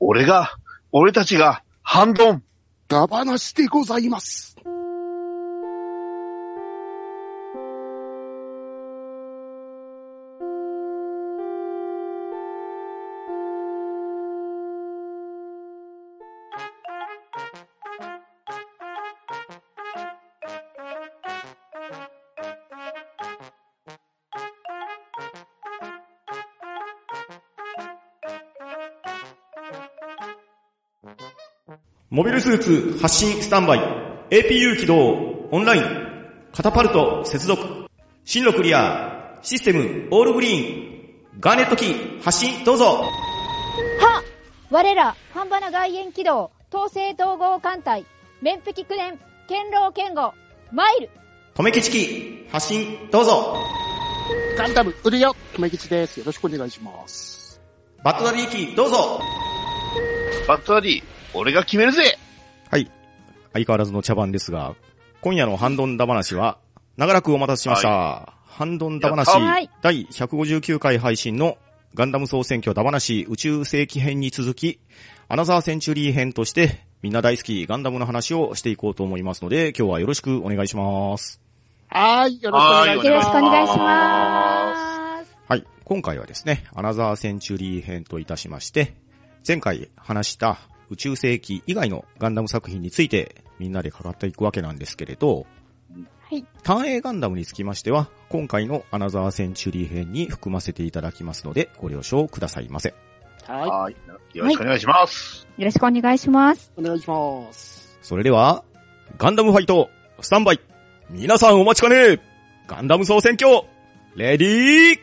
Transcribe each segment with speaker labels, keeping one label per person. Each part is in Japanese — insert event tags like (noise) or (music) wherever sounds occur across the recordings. Speaker 1: 俺が、俺たちが、ハンドン。
Speaker 2: ダバなしでございます。
Speaker 3: モビルスーツ発信スタンバイ。APU 起動。オンライン。カタパルト接続。進路クリア。システムオールグリーン。ガーネットキー発信どうぞ。
Speaker 4: は我ら、半端な外縁軌道、統制統合艦隊、面壁九年、堅牢堅固、マイル、
Speaker 3: とめきちき発信どうぞ。
Speaker 2: ガンダム売るよ、とめきちです。よろしくお願いします。
Speaker 3: バットダディキーどうぞ。
Speaker 1: バットダディ、俺が決めるぜ
Speaker 3: はい。相変わらずの茶番ですが、今夜のハンドンダ話は、長らくお待たせしました。ハンドンダ話
Speaker 4: やった、
Speaker 3: 第159回配信のガンダム総選挙ダ話宇宙世紀編に続き、アナザーセンチュリー編として、みんな大好きガンダムの話をしていこうと思いますので、今日はよろしくお願いします。
Speaker 2: はーい、よろしくお願いし
Speaker 4: よろ
Speaker 2: ま
Speaker 4: し
Speaker 2: す
Speaker 4: くお。願いします。
Speaker 3: はい。今回はですね、アナザーセンチュリー編といたしまして、前回話した宇宙世紀以外のガンダム作品についてみんなで語っていくわけなんですけれど、
Speaker 4: はい。
Speaker 3: 単影ガンダムにつきましては、今回のアナザーセンチュリー編に含ませていただきますので、ご了承くださいませ。
Speaker 2: は
Speaker 1: はい。よろしくお願いします。
Speaker 4: よろしくお願いします。
Speaker 2: い、お願いします。
Speaker 3: それでは、ガンダムファイト、スタンバイ皆さんお待ちかねガンダム総選挙レディー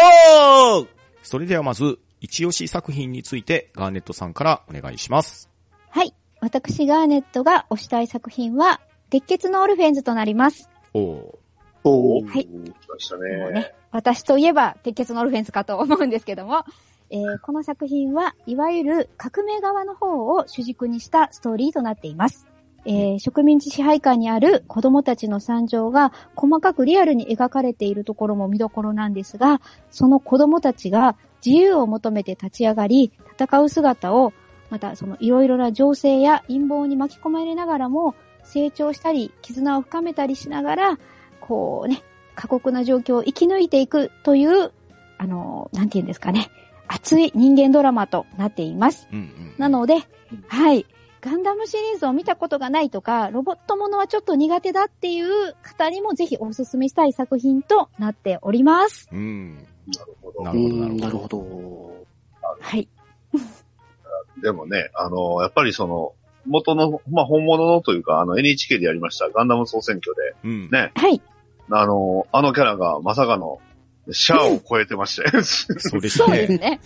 Speaker 3: ゴーそれではまず、一押し作品についてガーネットさんからお願いします。
Speaker 4: はい。私、ガーネットが推したい作品は、鉄血のオルフェンズとなります。
Speaker 3: おお
Speaker 2: お
Speaker 1: ー
Speaker 4: はい
Speaker 1: 来ました
Speaker 4: もう
Speaker 1: ね
Speaker 4: ね。、私といえば鉄血のオルフェンスかと思うんですけども、えーこの作品はいわゆる革命側の方を主軸にしたストーリーとなっています。えー植民地支配下にある子供たちの惨状が細かくリアルに描かれているところも見どころなんですが、その子供たちが自由を求めて立ち上がり、戦う姿を、またそのいろいろな情勢や陰謀に巻き込まれながらも、成長したり、絆を深めたりしながら、こうね、過酷な状況を生き抜いていくという、あの、なんて言うんですかね、熱い人間ドラマとなっています。
Speaker 3: うんうん。
Speaker 4: なので、はい。ガンダムシリーズを見たことがないとか、ロボットものはちょっと苦手だっていう方にもぜひおすすめしたい作品となっております。
Speaker 3: うん。
Speaker 1: なるほど。
Speaker 3: な
Speaker 2: なるほど。な
Speaker 3: るほど、なる
Speaker 2: る
Speaker 3: ほ
Speaker 2: ほ
Speaker 3: ど。
Speaker 2: ど。
Speaker 4: はい。
Speaker 1: でもね、あの、やっぱりその、元の、まあ、本物のというか、あの、NHK でやりました、ガンダム総選挙で、
Speaker 3: うん。
Speaker 1: ね
Speaker 4: はい。
Speaker 1: あの、あのキャラがまさかの、シャアを超えてまして、
Speaker 3: そうです
Speaker 4: そうです
Speaker 3: ね。
Speaker 4: ね。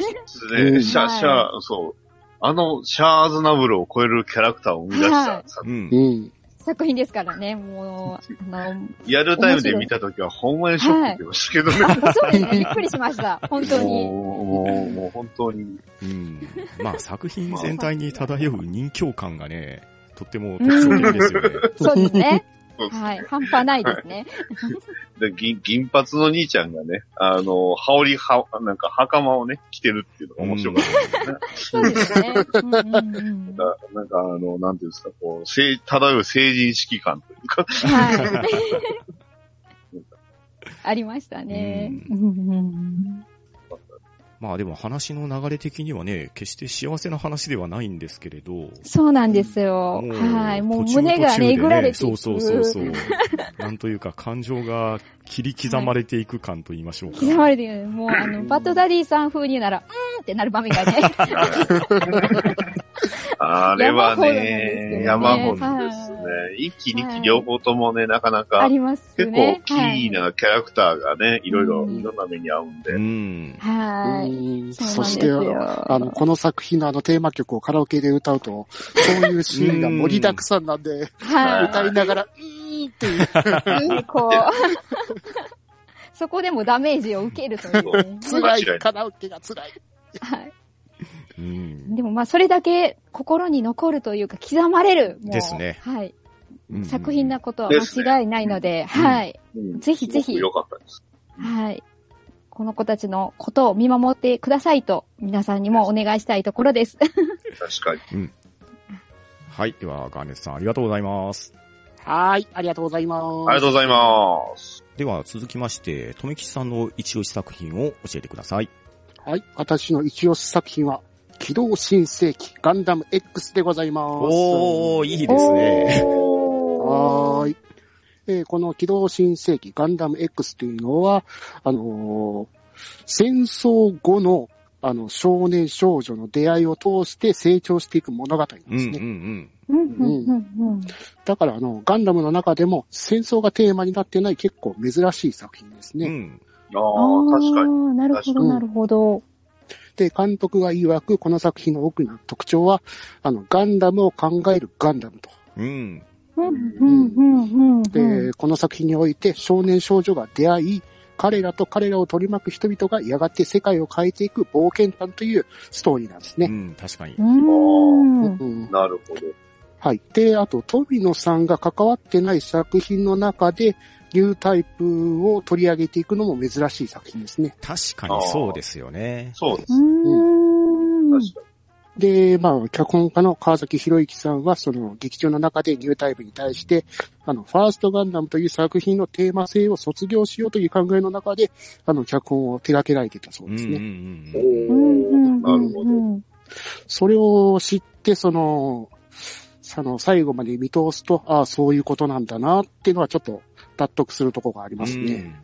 Speaker 2: う
Speaker 1: で
Speaker 2: ん
Speaker 1: シャア、
Speaker 4: はい
Speaker 1: シャア、そう。あの、シャア・アズナブルを超えるキャラクターを生み出した作
Speaker 3: う
Speaker 1: 品、
Speaker 3: ん
Speaker 2: う。ん。
Speaker 4: 作品ですからね、もう、
Speaker 1: (laughs)
Speaker 4: あの、
Speaker 1: リアルタイムで見たときは、ほんまにショック受けましたけどね。
Speaker 4: そうですね、びっくりしました。本当に。
Speaker 1: もう、もう、もう本当に。
Speaker 3: うん。まあ、作品全体に漂う人気感がね、とっても特徴的ですよね。
Speaker 4: そうですね。
Speaker 1: (laughs) そうです
Speaker 4: はい。半端ないですね。
Speaker 1: で銀銀髪の兄ちゃんがね、あの、羽織は、なんか袴をね、着てるっていうのが面白かったですね。
Speaker 4: そうですね。うんうんうん
Speaker 1: だなんかあの、なんていうんですか、こう、せい漂う成人式感というか、
Speaker 4: はい。ありましたね。
Speaker 3: う
Speaker 4: うんうん
Speaker 3: まあでも話の流れ的にはね、決して幸せな話ではないんですけれど、
Speaker 4: そうなんですよ。
Speaker 3: もう
Speaker 4: はい。もう
Speaker 3: 途中
Speaker 4: 胸が
Speaker 3: 途中で
Speaker 4: ね、えぐられてい
Speaker 3: そう
Speaker 4: く
Speaker 3: そうそうそう。 (laughs) なんというか感情が切り刻まれていく感と言いましょうか。
Speaker 4: 刻まれてる。もう、あの、バッドダディさん風に言うなら、うーんってなる場面がね。
Speaker 1: あれはね、山
Speaker 3: 山
Speaker 1: ほ
Speaker 3: ほ
Speaker 1: ど
Speaker 3: ど
Speaker 1: で
Speaker 4: ですす
Speaker 1: ね
Speaker 4: ね。
Speaker 1: 一気に両方ともね、なかな
Speaker 4: あ
Speaker 1: か、
Speaker 4: ります
Speaker 1: 結構
Speaker 4: ね。
Speaker 1: キーなキャラクターがね、いろいろ、
Speaker 4: うん
Speaker 1: いろんな目に合うんで
Speaker 3: う。ん。
Speaker 4: はい。はい。
Speaker 2: うん
Speaker 4: そう
Speaker 2: そ
Speaker 4: なん
Speaker 2: し
Speaker 4: です
Speaker 2: て、
Speaker 4: よ。
Speaker 2: あの、この作品のあのテーマ曲をカラオケで歌うと、そういうシーンが盛りだくさんなんで、
Speaker 4: は
Speaker 2: 歌いながら、うーんっていう。
Speaker 4: い。こう。 (laughs) そこでもダメージを受けるというね。
Speaker 2: 辛い、カラオケが辛い。
Speaker 4: はい。
Speaker 3: うん。
Speaker 4: でもまあそれだけ心に残るというか刻まれる。もう
Speaker 3: ですね
Speaker 4: はい。
Speaker 3: うん
Speaker 4: 作品なことは間違いないので、
Speaker 3: ね
Speaker 4: はい。
Speaker 1: うん
Speaker 4: ぜひぜひ
Speaker 1: すごく良かったです。
Speaker 4: はい。ここの子たちのことを見守ってくださいと、皆さんにもお願いしたいところです。
Speaker 1: 確かに。
Speaker 3: はい。では、ガーネスさんありがとうございます。
Speaker 2: はーい、ありがとうございます。
Speaker 1: ありがとうございます。
Speaker 3: では、続きまして、とめきちさんの一押し作品を教えてください。
Speaker 2: はい、私の一押し作品は、機動新世紀ガンダム X でございます。
Speaker 3: おー、いいで
Speaker 4: お
Speaker 3: すね。
Speaker 2: は
Speaker 4: お
Speaker 2: ー
Speaker 4: ー
Speaker 2: い。えーこの機動新世紀ガンダム X というのは、あのー戦争後の、あの、少年少女の出会いを通して成長していく物語なん
Speaker 3: う
Speaker 2: で
Speaker 3: ん
Speaker 2: すね。
Speaker 3: うん
Speaker 4: うんうんうんうん
Speaker 2: だから、あの、ガンダムの中でも戦争がテーマになってない結構珍しい作品です
Speaker 3: うん。
Speaker 2: ね。
Speaker 3: うん。
Speaker 1: ああ、確かに。
Speaker 4: に。なるほど、なるほど。
Speaker 2: で、監督が曰く、この作品の大きな特徴は、あの、ガンダムを考えるガンダムと。
Speaker 3: うん。
Speaker 4: うんうんうんうん。
Speaker 2: で、この作品において少年少女が出会い、彼らと彼らを取り巻く人々がやがて世界を変えていく冒険探というストーリーなんです
Speaker 3: う
Speaker 2: ね。
Speaker 3: ん、確かに
Speaker 4: う。ん。うん
Speaker 2: うん
Speaker 1: なるほど。
Speaker 2: はい。で、あと、富野さんが関わってない作品の中で、ニュータイプを取り上げていくのも珍しい作品ですね。
Speaker 3: 確かにそうですよね。
Speaker 1: そうです。
Speaker 4: うん
Speaker 1: 確か
Speaker 2: で、まあ、脚本家の川崎博之さんは、その劇中の中でニュータイプに対して、あの、ファーストガンダムという作品のテーマ性を卒業しようという考えの中で、あの、脚本を手掛けられていたそう
Speaker 3: うん
Speaker 2: で
Speaker 3: う
Speaker 2: す
Speaker 3: ん
Speaker 2: ね。
Speaker 3: うん
Speaker 1: に。
Speaker 3: うん。
Speaker 1: おおなるほど。
Speaker 2: それを知って、その、その最後まで見通すと、ああ、そういうことなんだなっていうのはちょっと納得するとこがありますね。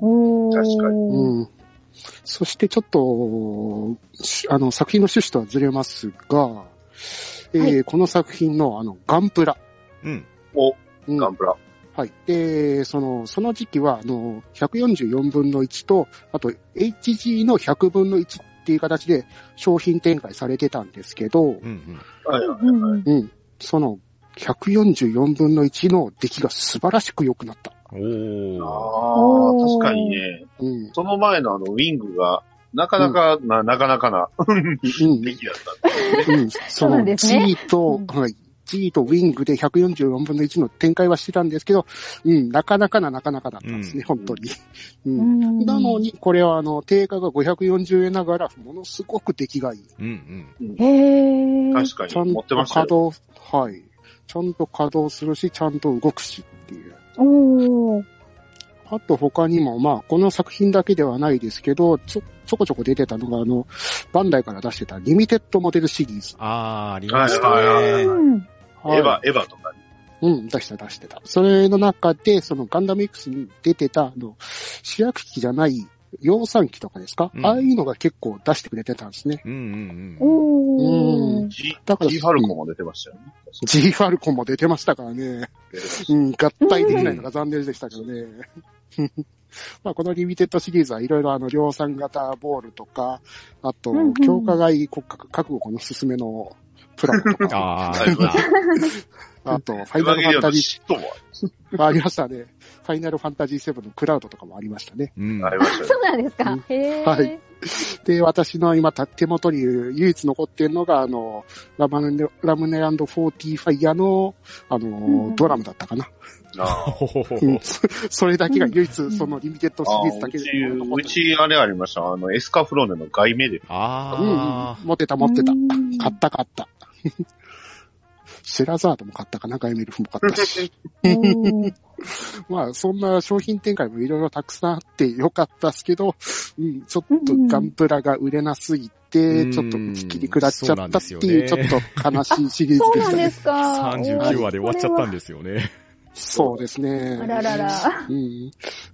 Speaker 4: お
Speaker 1: 確か
Speaker 2: う
Speaker 4: に。
Speaker 2: ん。そしてちょっと、しあの、作品の趣旨とはずれますが、えー
Speaker 4: は
Speaker 2: この作品のあの、ガンプラ。
Speaker 3: うん。
Speaker 1: お、
Speaker 2: うん
Speaker 1: ガンプラ。
Speaker 2: はい。で、その、その時期は、あの、144分の1と、あと、HG の100分の1っていう形で商品展開されてたんですけど、
Speaker 3: うんうん。
Speaker 1: はいはい
Speaker 4: うん
Speaker 1: はい。
Speaker 2: うん。その、144分の1の出来が素晴らしく良くなった。
Speaker 3: おー。
Speaker 1: ああ、
Speaker 4: おー
Speaker 1: 確かにね。
Speaker 2: うん。
Speaker 1: その前のあの、ウィングが、なかなか、な、なかなかな、
Speaker 2: うん。
Speaker 4: (laughs)
Speaker 1: 出来だったんで
Speaker 2: うん。そ
Speaker 4: そうなん
Speaker 2: の、
Speaker 4: です
Speaker 2: G
Speaker 4: ね
Speaker 2: と、
Speaker 4: うん
Speaker 2: はい。G とウィングで144分の1の展開はしてたんですけど、うん、なかなかななかなかだったんですね、本当に。うん。なの。に、これはあの、定価が540円ながら、ものすごく出来がいい。
Speaker 3: うん
Speaker 4: へえ。
Speaker 1: 確
Speaker 2: ち
Speaker 1: か
Speaker 2: ゃ
Speaker 1: に、
Speaker 2: ん
Speaker 1: 持
Speaker 2: と
Speaker 1: ってました
Speaker 2: 稼
Speaker 1: よ。
Speaker 2: 働、はい。ちゃんと稼働するし、ちゃんと動くしっていう。
Speaker 4: おお。
Speaker 2: あと他にも、まあ、この作品だけではないですけど、ちょ、ちょこちょこ出てたのが、あの、バンダイから出してたリミテッドモデルシリーズ。
Speaker 3: あー、ありまし
Speaker 1: はいはい
Speaker 3: た
Speaker 1: は
Speaker 3: ね
Speaker 1: い。エヴァ、エヴァとかね。
Speaker 2: うん、出した出してた。それの中で、そのガンダム X に出てた、あの、主役機じゃない、量産機とかですか、
Speaker 3: うん
Speaker 2: ああいうのが結構出してくれてたんですね。
Speaker 3: うんうんうん。
Speaker 4: おお。
Speaker 1: G、
Speaker 2: だから
Speaker 1: G ファルコンも出てましたよね。
Speaker 2: G ファルコンも出てましたからね。うん、合体できないのが残念でしたけどね。 (laughs) まあ、このリミテッドシリーズはいろいろあの量産型ボールとか、あと
Speaker 4: うんうん、
Speaker 2: 強化外国家覚悟のすすめのプラモとか、
Speaker 3: あ
Speaker 1: はい
Speaker 3: ー、
Speaker 2: あと、ファ
Speaker 1: エ
Speaker 2: イ
Speaker 1: ヴ
Speaker 2: ナ
Speaker 1: ァ
Speaker 2: ル
Speaker 1: ゲ
Speaker 2: フ
Speaker 1: リ
Speaker 2: ァ
Speaker 1: オ
Speaker 2: ンタ
Speaker 1: ン
Speaker 2: ジ
Speaker 1: の嫉
Speaker 2: ー、
Speaker 1: 妬も
Speaker 2: ありましたね。ファイナルファンタジー7のクラウドとかもありましたね。
Speaker 3: うん。
Speaker 1: ありました
Speaker 4: そ
Speaker 1: よ。
Speaker 4: うなんですか。へえ。
Speaker 2: で、私の今、手元に唯一残ってるのが、あの、ラムネ、ラムネ40ファイヤーの、あ
Speaker 4: んう
Speaker 2: の、
Speaker 4: ん
Speaker 2: ドラムだったかな。
Speaker 1: あ
Speaker 3: ほほほほ
Speaker 2: うんそそれだけが唯一、
Speaker 4: ん
Speaker 2: そのリミテッドシ
Speaker 1: あ
Speaker 2: リーズだ
Speaker 1: う
Speaker 2: け
Speaker 1: ち
Speaker 2: で残、っ
Speaker 1: う
Speaker 2: てる
Speaker 1: ち、あれありました。あの、エスカフローネの外
Speaker 2: (laughs)
Speaker 1: 名で。
Speaker 2: うん
Speaker 3: あ、
Speaker 2: 持ってた持ってた。買った買った。 (laughs) シェラザードも買ったかな、ガイメルフも買ったし。まあ、そんな商品展開もいろいろたくさんあってよかったっすけど、うん、ちょっとガンプラが売れなすぎて、
Speaker 3: うん
Speaker 2: ちょっと打ち切り下っちゃったって
Speaker 3: そうなん
Speaker 2: い
Speaker 3: で
Speaker 2: う、
Speaker 3: す
Speaker 2: ち
Speaker 3: よ
Speaker 2: ょ
Speaker 3: ね
Speaker 2: っと悲しいシリー
Speaker 4: そ
Speaker 2: ズでした
Speaker 4: うなんで
Speaker 2: ね。
Speaker 4: すか。
Speaker 3: 39話で終わっちゃったんですよね。
Speaker 2: (laughs) そうですね。
Speaker 4: あららら。
Speaker 2: うん。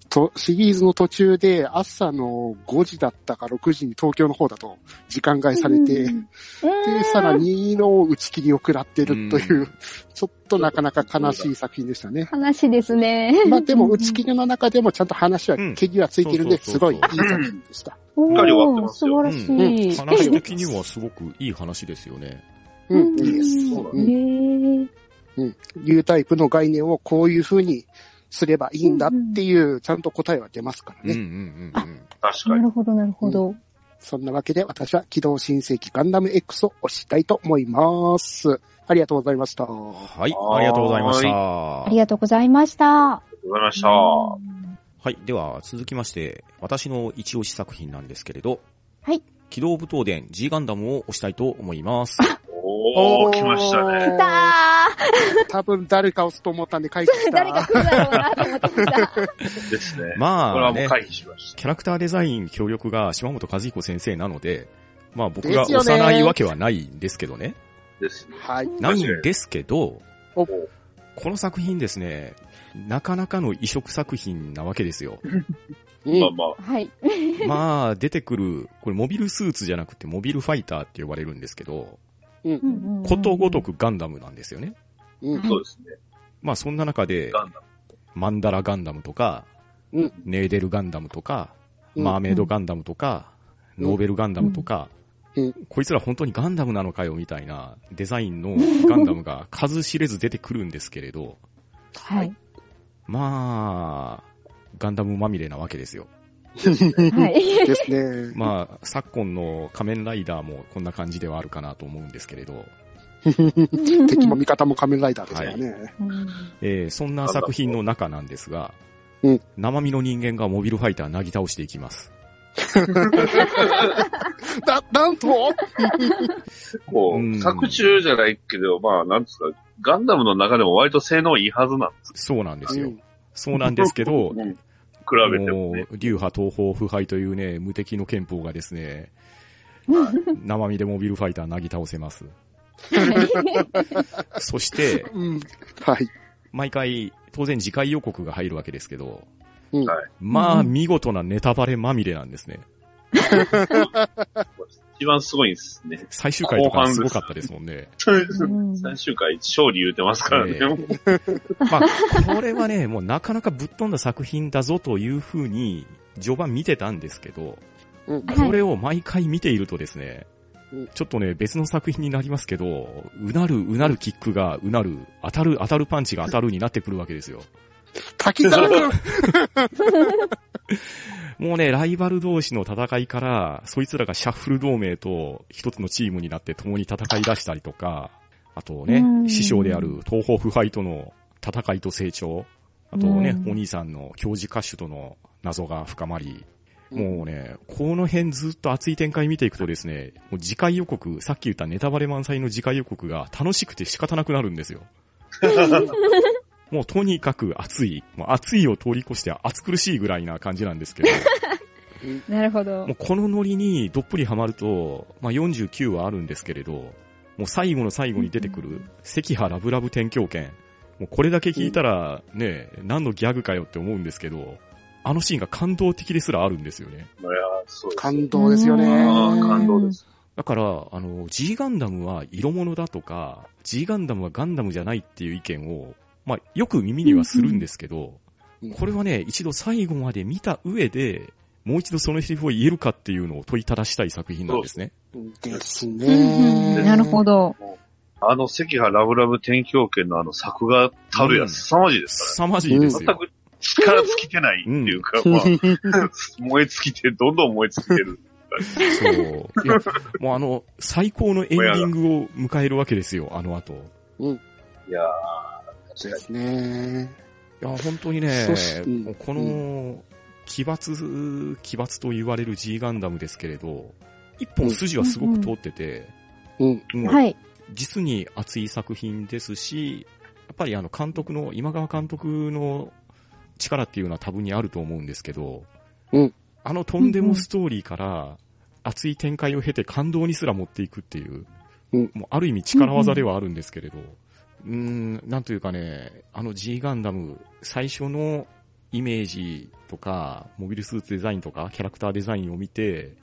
Speaker 2: と、シリーズの途中で朝の5時だったか6時に東京の方だと時間外されて、で、さらにの打ち切りを食らってるという、
Speaker 3: うん
Speaker 2: ちょっとなかなか悲しい作品でしたね。
Speaker 4: 話ですね。
Speaker 2: まあでも打ち切りの中でもちゃんと話は、
Speaker 3: うん
Speaker 2: 毛際ついてるんで、
Speaker 3: そう
Speaker 2: す
Speaker 3: そ
Speaker 2: ご
Speaker 3: う
Speaker 2: いい
Speaker 3: そう
Speaker 2: い作品でした。
Speaker 4: 素晴らし
Speaker 3: うん
Speaker 4: い。
Speaker 3: 話的にはすごくいい話ですよね。
Speaker 2: うん、いいです。
Speaker 1: そうだ
Speaker 2: ね
Speaker 4: ね。
Speaker 2: ニュータイプの概念をこういう風にすればいいんだっていう、ちゃんと答えは出ますから
Speaker 3: うんう
Speaker 2: ね。
Speaker 3: んうんうん。
Speaker 1: 確
Speaker 4: な
Speaker 1: かに。
Speaker 4: るほど、なるほど。
Speaker 2: そんなわけで私は機動新世紀ガンダム X を推したいと思います。ありがとうございました。は
Speaker 3: はい、ありがとうございました。
Speaker 4: ありがとうございました。
Speaker 1: ございました。
Speaker 4: う
Speaker 1: は
Speaker 4: ん
Speaker 3: はい。では、続きまして、私の一押し作品なんですけれど、
Speaker 4: はい。
Speaker 3: 機動武闘伝 G ガンダムを押したいと思います。
Speaker 1: おー、来ましたね。
Speaker 4: 来たー
Speaker 2: 多分誰か押すと思ったんで回避した。
Speaker 4: (laughs) 誰か来るだろうなと思ってました。
Speaker 1: ですね。これ
Speaker 3: まあ、
Speaker 1: はも
Speaker 3: ね
Speaker 1: う、回避しました。
Speaker 3: キャラクターデザイン協力が島本和彦先生なので、まあ僕
Speaker 2: で
Speaker 3: が
Speaker 2: すよね
Speaker 3: 幼いわけはないんですけどね。
Speaker 1: ですね。
Speaker 2: はい。
Speaker 3: な
Speaker 1: 確
Speaker 3: い
Speaker 1: かに
Speaker 3: んですけど、
Speaker 2: お
Speaker 3: この作品ですね、なかなかの移植作品なわ
Speaker 2: (laughs)
Speaker 3: けですよ。
Speaker 2: うん
Speaker 1: まあまあ、
Speaker 4: はい。
Speaker 3: まあ、出てくる、これモビルスーツじゃなくてモビルファイターって呼ばれるんですけど、ことごと
Speaker 4: く。
Speaker 3: くガンダムなんですよね。
Speaker 2: うん。
Speaker 1: そうですね。
Speaker 3: まあそんな中で、
Speaker 1: ガンダム。
Speaker 3: マンダラガンダムとか、
Speaker 2: うん
Speaker 3: ネーデルガンダムとか、
Speaker 2: うん
Speaker 3: マーメイドガンダムとか、
Speaker 2: うん
Speaker 3: ノーベルガンダムとか、
Speaker 2: うん
Speaker 3: こいつら本当にガンダムなのかよみたいなデザインのガンダムが数知れず出てくるんですけれど、
Speaker 4: はい。
Speaker 3: まあ、ガンダムまみれなわ
Speaker 2: (laughs)
Speaker 3: けですよ。
Speaker 4: はい。
Speaker 2: ですね。
Speaker 3: まあ、昨今の仮面ライダーもこんな感じではあるかなと思うんですけれど、
Speaker 2: 敵も味方も仮面ライダーですからね。
Speaker 4: うん
Speaker 3: えーそんな作品の中なんですが
Speaker 2: うん、
Speaker 3: 生身の人間がモビルファイターなぎ倒していきます。
Speaker 2: な、なんと
Speaker 1: こ
Speaker 3: うん
Speaker 1: う、作中じゃないけど、まあ、なんですか、ガンダムの中でも割と性能いいはずなんです
Speaker 3: そうなんです
Speaker 2: う
Speaker 3: よ
Speaker 2: ん。
Speaker 3: そうなんで
Speaker 2: (laughs)
Speaker 3: すけど
Speaker 1: よ。、比べてもね。
Speaker 3: う、流派東方腐敗というね、無敵の憲法がですね、
Speaker 2: (laughs)
Speaker 3: 生身でモビルファイターなぎ倒せます。そして、
Speaker 2: うん。はい。
Speaker 3: 毎回、当然次回予告が入るわけですけど、
Speaker 2: うん
Speaker 1: はい
Speaker 3: まあ、
Speaker 4: うん
Speaker 3: 見事なネタバレまみれなんですね。
Speaker 1: 一番すごいんですね。
Speaker 3: 最終回とかすごかったですもんね。 (laughs)
Speaker 1: 最終回、勝利言うてますからね。
Speaker 3: ええまあ、これはね、もうなかなかぶっ飛んだ作品だぞというふうに、序盤見てたんですけど、
Speaker 2: うん。
Speaker 4: はい
Speaker 3: これを毎回見ているとですね
Speaker 2: うん、
Speaker 3: ちょっとね、別の作品になりますけど、うなるうなるキックがうなる、当たる当たるパンチが当たるになってくるわけですよ。
Speaker 2: 滝沢君
Speaker 3: もうね、ライバル同士の戦いから、そいつらがシャッフル同盟と一つのチームになって共に戦い出したりとか、あとね
Speaker 4: う、ん
Speaker 3: 師匠である東方腐敗との戦いと成長、あとね、
Speaker 4: うん
Speaker 3: お兄さんの教授歌手との謎が深まり、
Speaker 2: うん
Speaker 3: もうね、この辺ずっと熱い展開見ていくとですね、もう次回予告、さっき言ったネタバレ満載の次回予告が楽しくて仕方なくなるんですよ。
Speaker 4: (laughs)
Speaker 3: もうとにかく熱い、もう熱いを通り越して熱苦しいぐらいな感じなんですけど、
Speaker 4: なるほ
Speaker 3: (laughs)
Speaker 4: ど
Speaker 3: もう。このノリにどっぷりハマると、まあ、49はあるんですけれど、もう最後の最後に出てくる、赤波ラブラブ天狂剣。もうこれだけ聞いたら、ね、何のギャグかよって思うんですけど、あのシーンが感動的ですらあるんですよね。
Speaker 1: いや、そうです。
Speaker 2: 感動ですよね。
Speaker 1: あー感動です。
Speaker 3: だから、あの、G ガンダムは色物だとか、G ガンダムはガンダムじゃないっていう意見を、まあ、よく耳にはするんですけど、
Speaker 2: うん
Speaker 3: これはね、一度最後まで見た上で、もう一度そのセリフを言えるかっていうのを問いただしたい作品なんですね。
Speaker 2: です
Speaker 4: うん
Speaker 2: ね。
Speaker 4: なるほど。
Speaker 1: あの、赤波ラブラブ天狂犬のあの作画たるやつ、凄まじいです
Speaker 3: 凄まじいです
Speaker 1: から
Speaker 3: よ。
Speaker 1: ね。全く力尽きてないっていうか、まあ、燃え尽きて、どんどん燃え尽きてる。
Speaker 3: そう。いや、もうあの、最高のエンディングを迎えるわけですよ、あの後。
Speaker 1: いや
Speaker 2: ですね。
Speaker 3: いや、本当にね
Speaker 2: そし、うん
Speaker 3: もうこの、奇抜、奇抜と言われる G ガンダムですけれど、一本筋はすごく通ってて、
Speaker 2: うん。
Speaker 3: うん
Speaker 4: はい。
Speaker 3: 実に熱い作品ですし、やっぱりあの監督の、今川監督の力っていうのは多分にあると思うんですけど、
Speaker 2: うん
Speaker 3: あのとんでもストーリーから熱い展開を経て感動にすら持っていくっていう、
Speaker 2: うん
Speaker 3: もうある意味力技ではあるんですけれど、うーん、なんというかね、あの G ガンダム最初のイメージとか、モビルスーツデザインとか、キャラクターデザインを見て、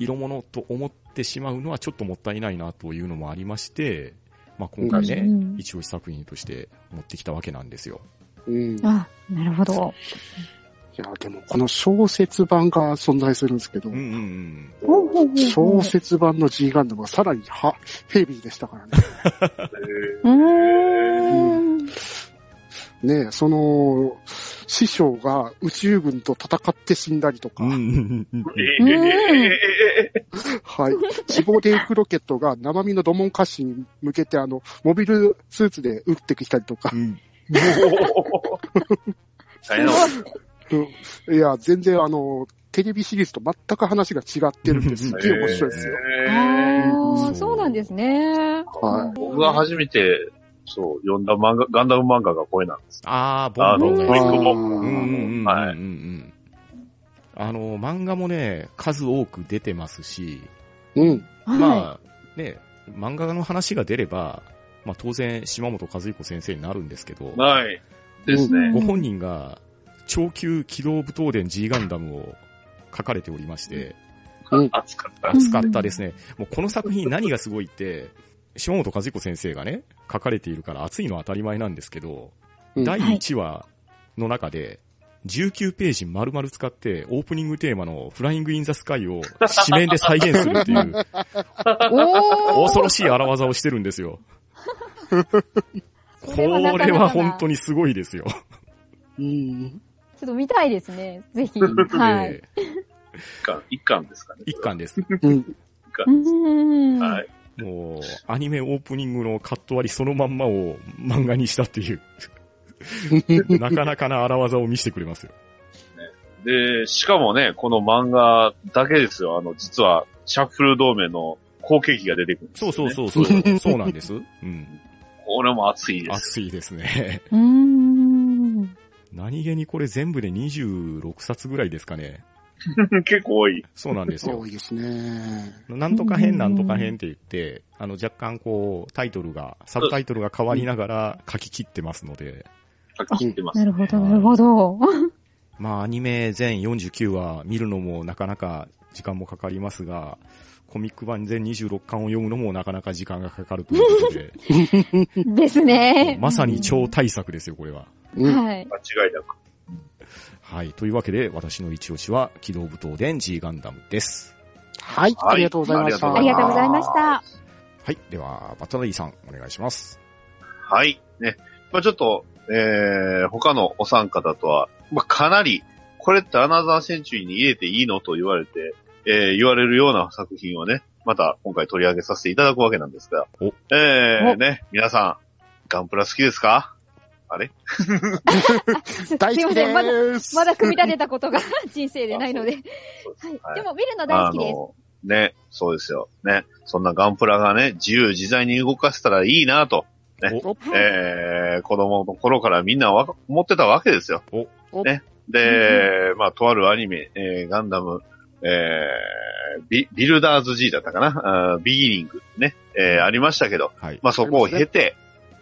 Speaker 3: 色物と思ってしまうのはちょっともったいないなというのもありまして、まあ、今回ね、
Speaker 4: うん
Speaker 3: 一押し作品として持ってきたわけなんですよ。
Speaker 2: うん。い
Speaker 4: あ、なるほど。
Speaker 2: や、でもこの小説版が存在するんですけど
Speaker 3: うん、うんうん。
Speaker 4: ほうほうほうほ
Speaker 2: 小
Speaker 4: う
Speaker 2: 説版の G ガンダムはさらにはヘビーでしたからね。
Speaker 1: ー、え
Speaker 4: うーん。
Speaker 2: ねえその、師匠が宇宙軍と戦って死んだりとか、
Speaker 3: うんうんうんうん
Speaker 1: ー、えー、えー、
Speaker 2: はい。希望で行くロケットが生身のドモンカッシに向けてあの、モビルスーツで撃ってきたりとか
Speaker 3: う、ん
Speaker 1: えー、大変なこと
Speaker 2: うんいや、全然あの、テレビシリーズと全く話が違ってるんです。すげえ面白いですよ。
Speaker 1: へー
Speaker 4: ああ、そうなんですね。
Speaker 2: はい。
Speaker 1: 僕が初めて、そう、読んだ漫画、ガンダム漫画がこれなんです。
Speaker 3: ああ、僕
Speaker 1: あの、
Speaker 3: も
Speaker 1: ウィ
Speaker 3: ね
Speaker 1: ッグボ
Speaker 3: うんうんうんうんうんうん。
Speaker 1: はい
Speaker 3: あの、漫画もね、数多く出てますし、
Speaker 2: うん。
Speaker 4: は
Speaker 3: まあ、ね、漫画の話が出れば、まあ当然、島本和彦先生になるんですけど、
Speaker 1: はい。です
Speaker 4: う
Speaker 1: ね。
Speaker 4: ん
Speaker 3: ご本人が、超級機動武闘伝 G ガンダムを書かれておりまして、
Speaker 1: 熱かった。
Speaker 3: 熱かったですね。もうこの作品何がすごいって、島本和彦先生がね、書かれているから熱いのは当たり前なんですけど、
Speaker 2: うん
Speaker 3: 第1話の中で、19ページ丸々使って、オープニングテーマのフライングインザスカイを紙面で再現するっていう、
Speaker 4: い。お
Speaker 3: 恐ろしい荒技をしてるんですよ。これは本当
Speaker 4: に。
Speaker 3: にすごいですよ。
Speaker 2: うん。
Speaker 4: ちょっと見たいですね。ぜひ。はい。
Speaker 3: え
Speaker 1: 一巻、一巻ですかね
Speaker 3: ー。一巻です。
Speaker 2: うん。
Speaker 1: 一巻
Speaker 4: う。ん。
Speaker 1: はい。
Speaker 3: もう、アニメオープニングのカット割りそのまんまを漫画にしたっていう、なかなかな荒技を見せてくれますよ。
Speaker 1: で、しかもね、この漫画だけですよ。あの、実は、シャッフル同盟の後継機が出てくるんですよ
Speaker 3: そう
Speaker 1: ね、
Speaker 3: そうそうそう。 (laughs) そうなんです。うん。
Speaker 1: これも熱いです。
Speaker 3: 熱いですね。
Speaker 4: うーん。
Speaker 3: 何気にこれ全部で26冊ぐらいですかね。
Speaker 1: 結構多い。
Speaker 3: そうなんですよ
Speaker 2: 多。いですね。
Speaker 3: なんとか編なんとか編って言って、あの若干こう、タイトルが、サブタイトルが変わりながら書き切ってますので、
Speaker 1: 書き切ってます。
Speaker 4: なるほど、なるほど。
Speaker 3: まあアニメ全49話見るのもなかなか時間もかかりますが、コミック版全26巻を読むのもなかなか時間がかかるということで、
Speaker 4: ですね。
Speaker 3: まさに超大作ですよ、これは。
Speaker 2: うん。
Speaker 4: はい。
Speaker 1: 間違いなく。
Speaker 3: はい。というわけで、私の一押しは、機動武闘伝 G ガンダムです。
Speaker 2: はい。
Speaker 1: はい
Speaker 2: ありがとうございました。
Speaker 4: ありがとうございました。
Speaker 3: はい。では、バッタダディさん、お願いします。
Speaker 1: はい。ね。まあちょっと、えー、他のお三方とは、まあかなり、これってアナザーセンチュリーに入れていいのと言われて、えー、言われるような作品をね、また今回取り上げさせていただくわけなんですが
Speaker 3: お、
Speaker 1: え
Speaker 4: お
Speaker 1: ー、ね、皆さん、ガンプラ好きですかあれ
Speaker 2: 大
Speaker 4: すい
Speaker 2: 好き
Speaker 4: ません、まだ、
Speaker 2: です。
Speaker 4: まだ組み立てた
Speaker 1: (laughs)
Speaker 4: ことが人生でないので。
Speaker 1: そうです
Speaker 4: はい
Speaker 1: は。い
Speaker 4: でも見るの大好きです。
Speaker 1: あの、ね、そうですよ。ね、そんなガンプラがね、自由自在に動かせたらいいなと、
Speaker 4: はい。
Speaker 1: えー、子供の頃からみんなわか思ってたわけですよ。
Speaker 2: お
Speaker 1: ね。で、まあ、とあるアニメ、えー、ガンダム、えー、ビビルダーズ G だったかなあービギニングね、えー、ありましたけど、
Speaker 3: はい。
Speaker 1: まあ、そこを経て、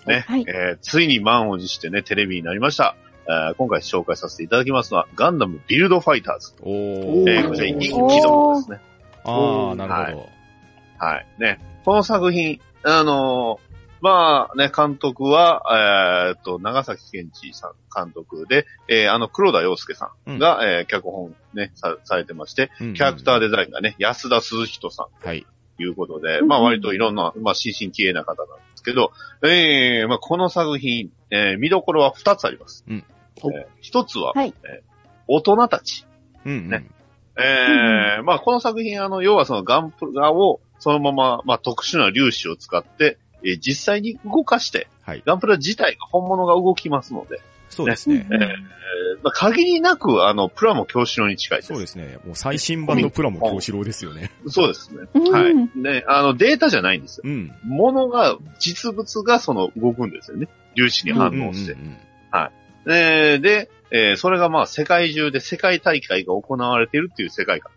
Speaker 1: ね、
Speaker 4: はい
Speaker 1: えーついに満を持してね、テレビになりました。あー今回紹介させていただきますのは、ガンダムビルドファイターズ。
Speaker 3: お
Speaker 2: ー
Speaker 1: えー、こちら、インディ
Speaker 4: お
Speaker 1: ー
Speaker 4: ー
Speaker 1: 機動ですね。
Speaker 3: ああ、なるほど。
Speaker 1: はい。ね。この作品、あのーまあね、監督は、えーっと、長崎健治さん監督で、えーあの、黒田洋介さんが、えー脚本ね、さ、されてまして、
Speaker 3: キ
Speaker 1: キャラクター
Speaker 3: で。
Speaker 1: デザインがね、安田鈴人さん
Speaker 3: はい。
Speaker 1: ということで、
Speaker 4: うん
Speaker 1: まあ割といろんな、まあ心身綺麗な方なんですけど、ええまあこの作品、えー見どころは二つあります。
Speaker 3: うん
Speaker 1: えー一つは、
Speaker 4: はい
Speaker 1: えー大人たち。
Speaker 3: うんうん。
Speaker 1: ねええまあ、この作品、あの、要はそのガンプラを、そのまま、まあ、特殊な粒子を使って、えー実際に動かして、
Speaker 3: はい。
Speaker 1: ガンプラ自体が本物が動きますので、
Speaker 3: そうですね
Speaker 4: う。ん
Speaker 1: えーまあ、限りなく、あの、プラも強視に近いです。
Speaker 3: そうですね。もう最新版のプラも京志郎ですよね。
Speaker 1: そうですね。
Speaker 4: うん
Speaker 1: はい。ね、あの、データじゃないんですよ。
Speaker 3: うん。
Speaker 1: 物が、実物がその、動くんですよね。粒子に反
Speaker 3: うんうんう
Speaker 1: 応して。
Speaker 3: ん
Speaker 1: えーで、えーそれがまあ、世界中で世界大会が行われているっていう世界観。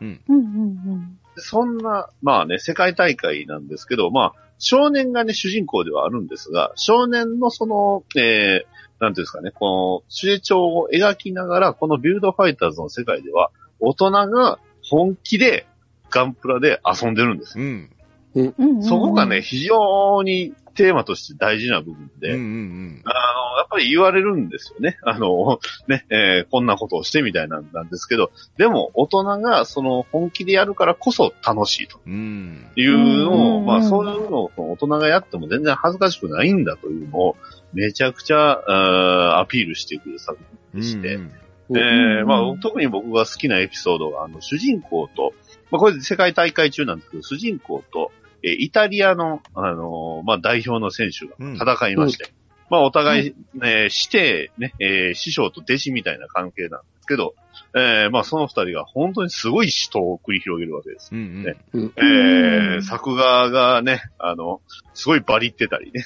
Speaker 4: うんうん
Speaker 1: そんな、まあね、世界大会なんですけど、まあ、少年がね、主人公ではあるんですが、少年のその、えー、なんていうんですかね、この成長を描きながら、このビルドファイターズの世界では、大人が本気でガンプラで遊んでるんですよ。
Speaker 3: うん。
Speaker 4: うんうんうん。
Speaker 1: そこがね、、非常にテーマとして大事な部分
Speaker 3: うんう
Speaker 1: で、
Speaker 3: ん
Speaker 1: あの、やっぱり言われるんですよね。あの、ね、えーこんなことをしてみたいなんなんですけど、でも大人がその本気でやるからこそ楽しいと。
Speaker 3: うん。うん
Speaker 1: っていうのを、
Speaker 4: うん
Speaker 1: まあそういうのを大人がやっても全然恥ずかしくないんだというのを、めちゃくちゃ、あーアピールしてくる作
Speaker 3: うん。
Speaker 1: して
Speaker 3: うん
Speaker 1: 品で、
Speaker 4: うん
Speaker 1: まあ特に僕が好きなエピソードが、あの、主人公と、まあこれ世界大会中なんですけど、主人公と、えーイタリアの、あのーまあ代表の選手が戦いまして、まあお互い、えー師弟、ね、えー師匠と弟子みたいな関係なんですけど、えーまあその二人が本当にすごい死闘を繰り広げるわけです。
Speaker 3: うんうん。
Speaker 1: ねえ
Speaker 4: うん
Speaker 1: ー作画がね、あの、すごいバリってたりね。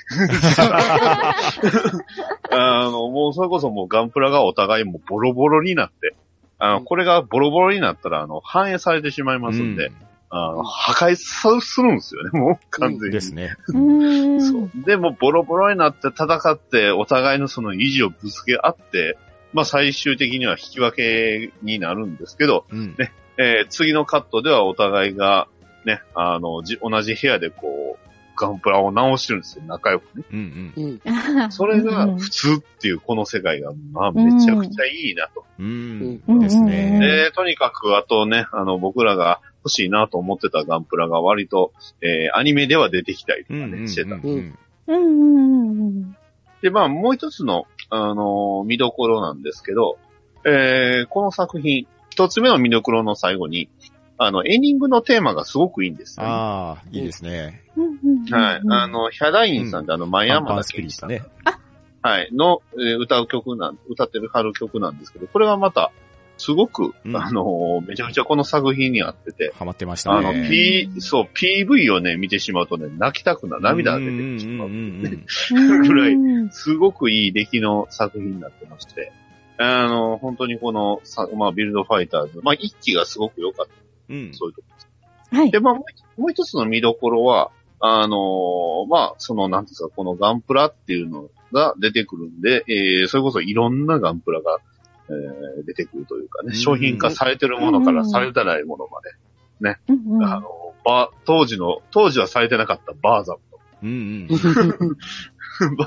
Speaker 1: あの、もうそれこそもうガンプラがお互いもうボロボロになって、あの、これがボロボロになったら、あの、反映されてしまいますんで、あの破壊さするんですよね、もう完
Speaker 3: う
Speaker 1: 全
Speaker 3: ん
Speaker 1: に。
Speaker 3: ですね。
Speaker 4: うー
Speaker 1: (laughs)
Speaker 4: ん。
Speaker 1: そう。で、もうボロボロになって戦って、お互いのその意地をぶつけ合って、まあ最終的には引き分けになるんですけど、
Speaker 3: うん。
Speaker 1: ねえー次のカットではお互いが、ね、あの、じ、同じ部屋でこう、ガンプラを直してるんですよ、仲良くね。
Speaker 3: うんうん。
Speaker 2: うん。
Speaker 1: それが普通っていうこの世界が、まあ、めちゃくちゃいいなと。
Speaker 3: うん。
Speaker 4: うん
Speaker 3: です
Speaker 4: うん
Speaker 3: ね。
Speaker 1: で、とにかく、あとね、あの、僕らが欲しいなと思ってたガンプラが割と、えーアニメでは出てきたりと
Speaker 3: う
Speaker 1: か
Speaker 3: んうんう
Speaker 1: ね、してた。
Speaker 3: ん。
Speaker 4: うんうんうん
Speaker 1: で、まあ、もう一つの、あのー見どころなんですけど、えーこの作品、一つ目の見どころの最後に、あの、エンディングのテーマがすごくいいんですよ、ね。
Speaker 3: ああ、いいですね。
Speaker 4: うんうん。
Speaker 1: はい。あ
Speaker 4: の、
Speaker 1: の、ヒャダインさんって、あの、マヤ
Speaker 3: ヤン
Speaker 1: マ
Speaker 3: パ
Speaker 1: ダ
Speaker 3: ンスピリットね。
Speaker 1: はい。の、えー歌う曲なん、歌ってる、貼る曲なんですけど、これはまた、すごく、
Speaker 3: うん
Speaker 1: あのーめちゃくちゃこの作品に合ってて、
Speaker 3: ハマってました
Speaker 1: あ
Speaker 3: ね。
Speaker 1: の、P、そう、PV をね、見てしまうとね、泣きたくな、涙が出てきてしまう。
Speaker 3: うん
Speaker 1: ぐらい
Speaker 4: うん
Speaker 1: すごくいい出来の作品になってまして、あのー本当にこのさ、まあ、ビルドファイターズ、まあ、一期がすごく良かった、
Speaker 3: うんうん。
Speaker 1: そういうとこ
Speaker 4: はい。
Speaker 1: で、まあ、もう一もう一つの見どころは、あのーまあ、その、なんていうんですか、このガンプラっていうのが出てくるんで、えー、それこそいろんなガンプラが、えー出てくるというか
Speaker 3: うん
Speaker 1: ね、商品化されてるものか
Speaker 4: う
Speaker 1: ら
Speaker 4: ん
Speaker 1: されてないものまで、
Speaker 4: うんうん
Speaker 1: あのーバー当時の、当時はされてなかったバーザムと。
Speaker 3: うん
Speaker 1: バ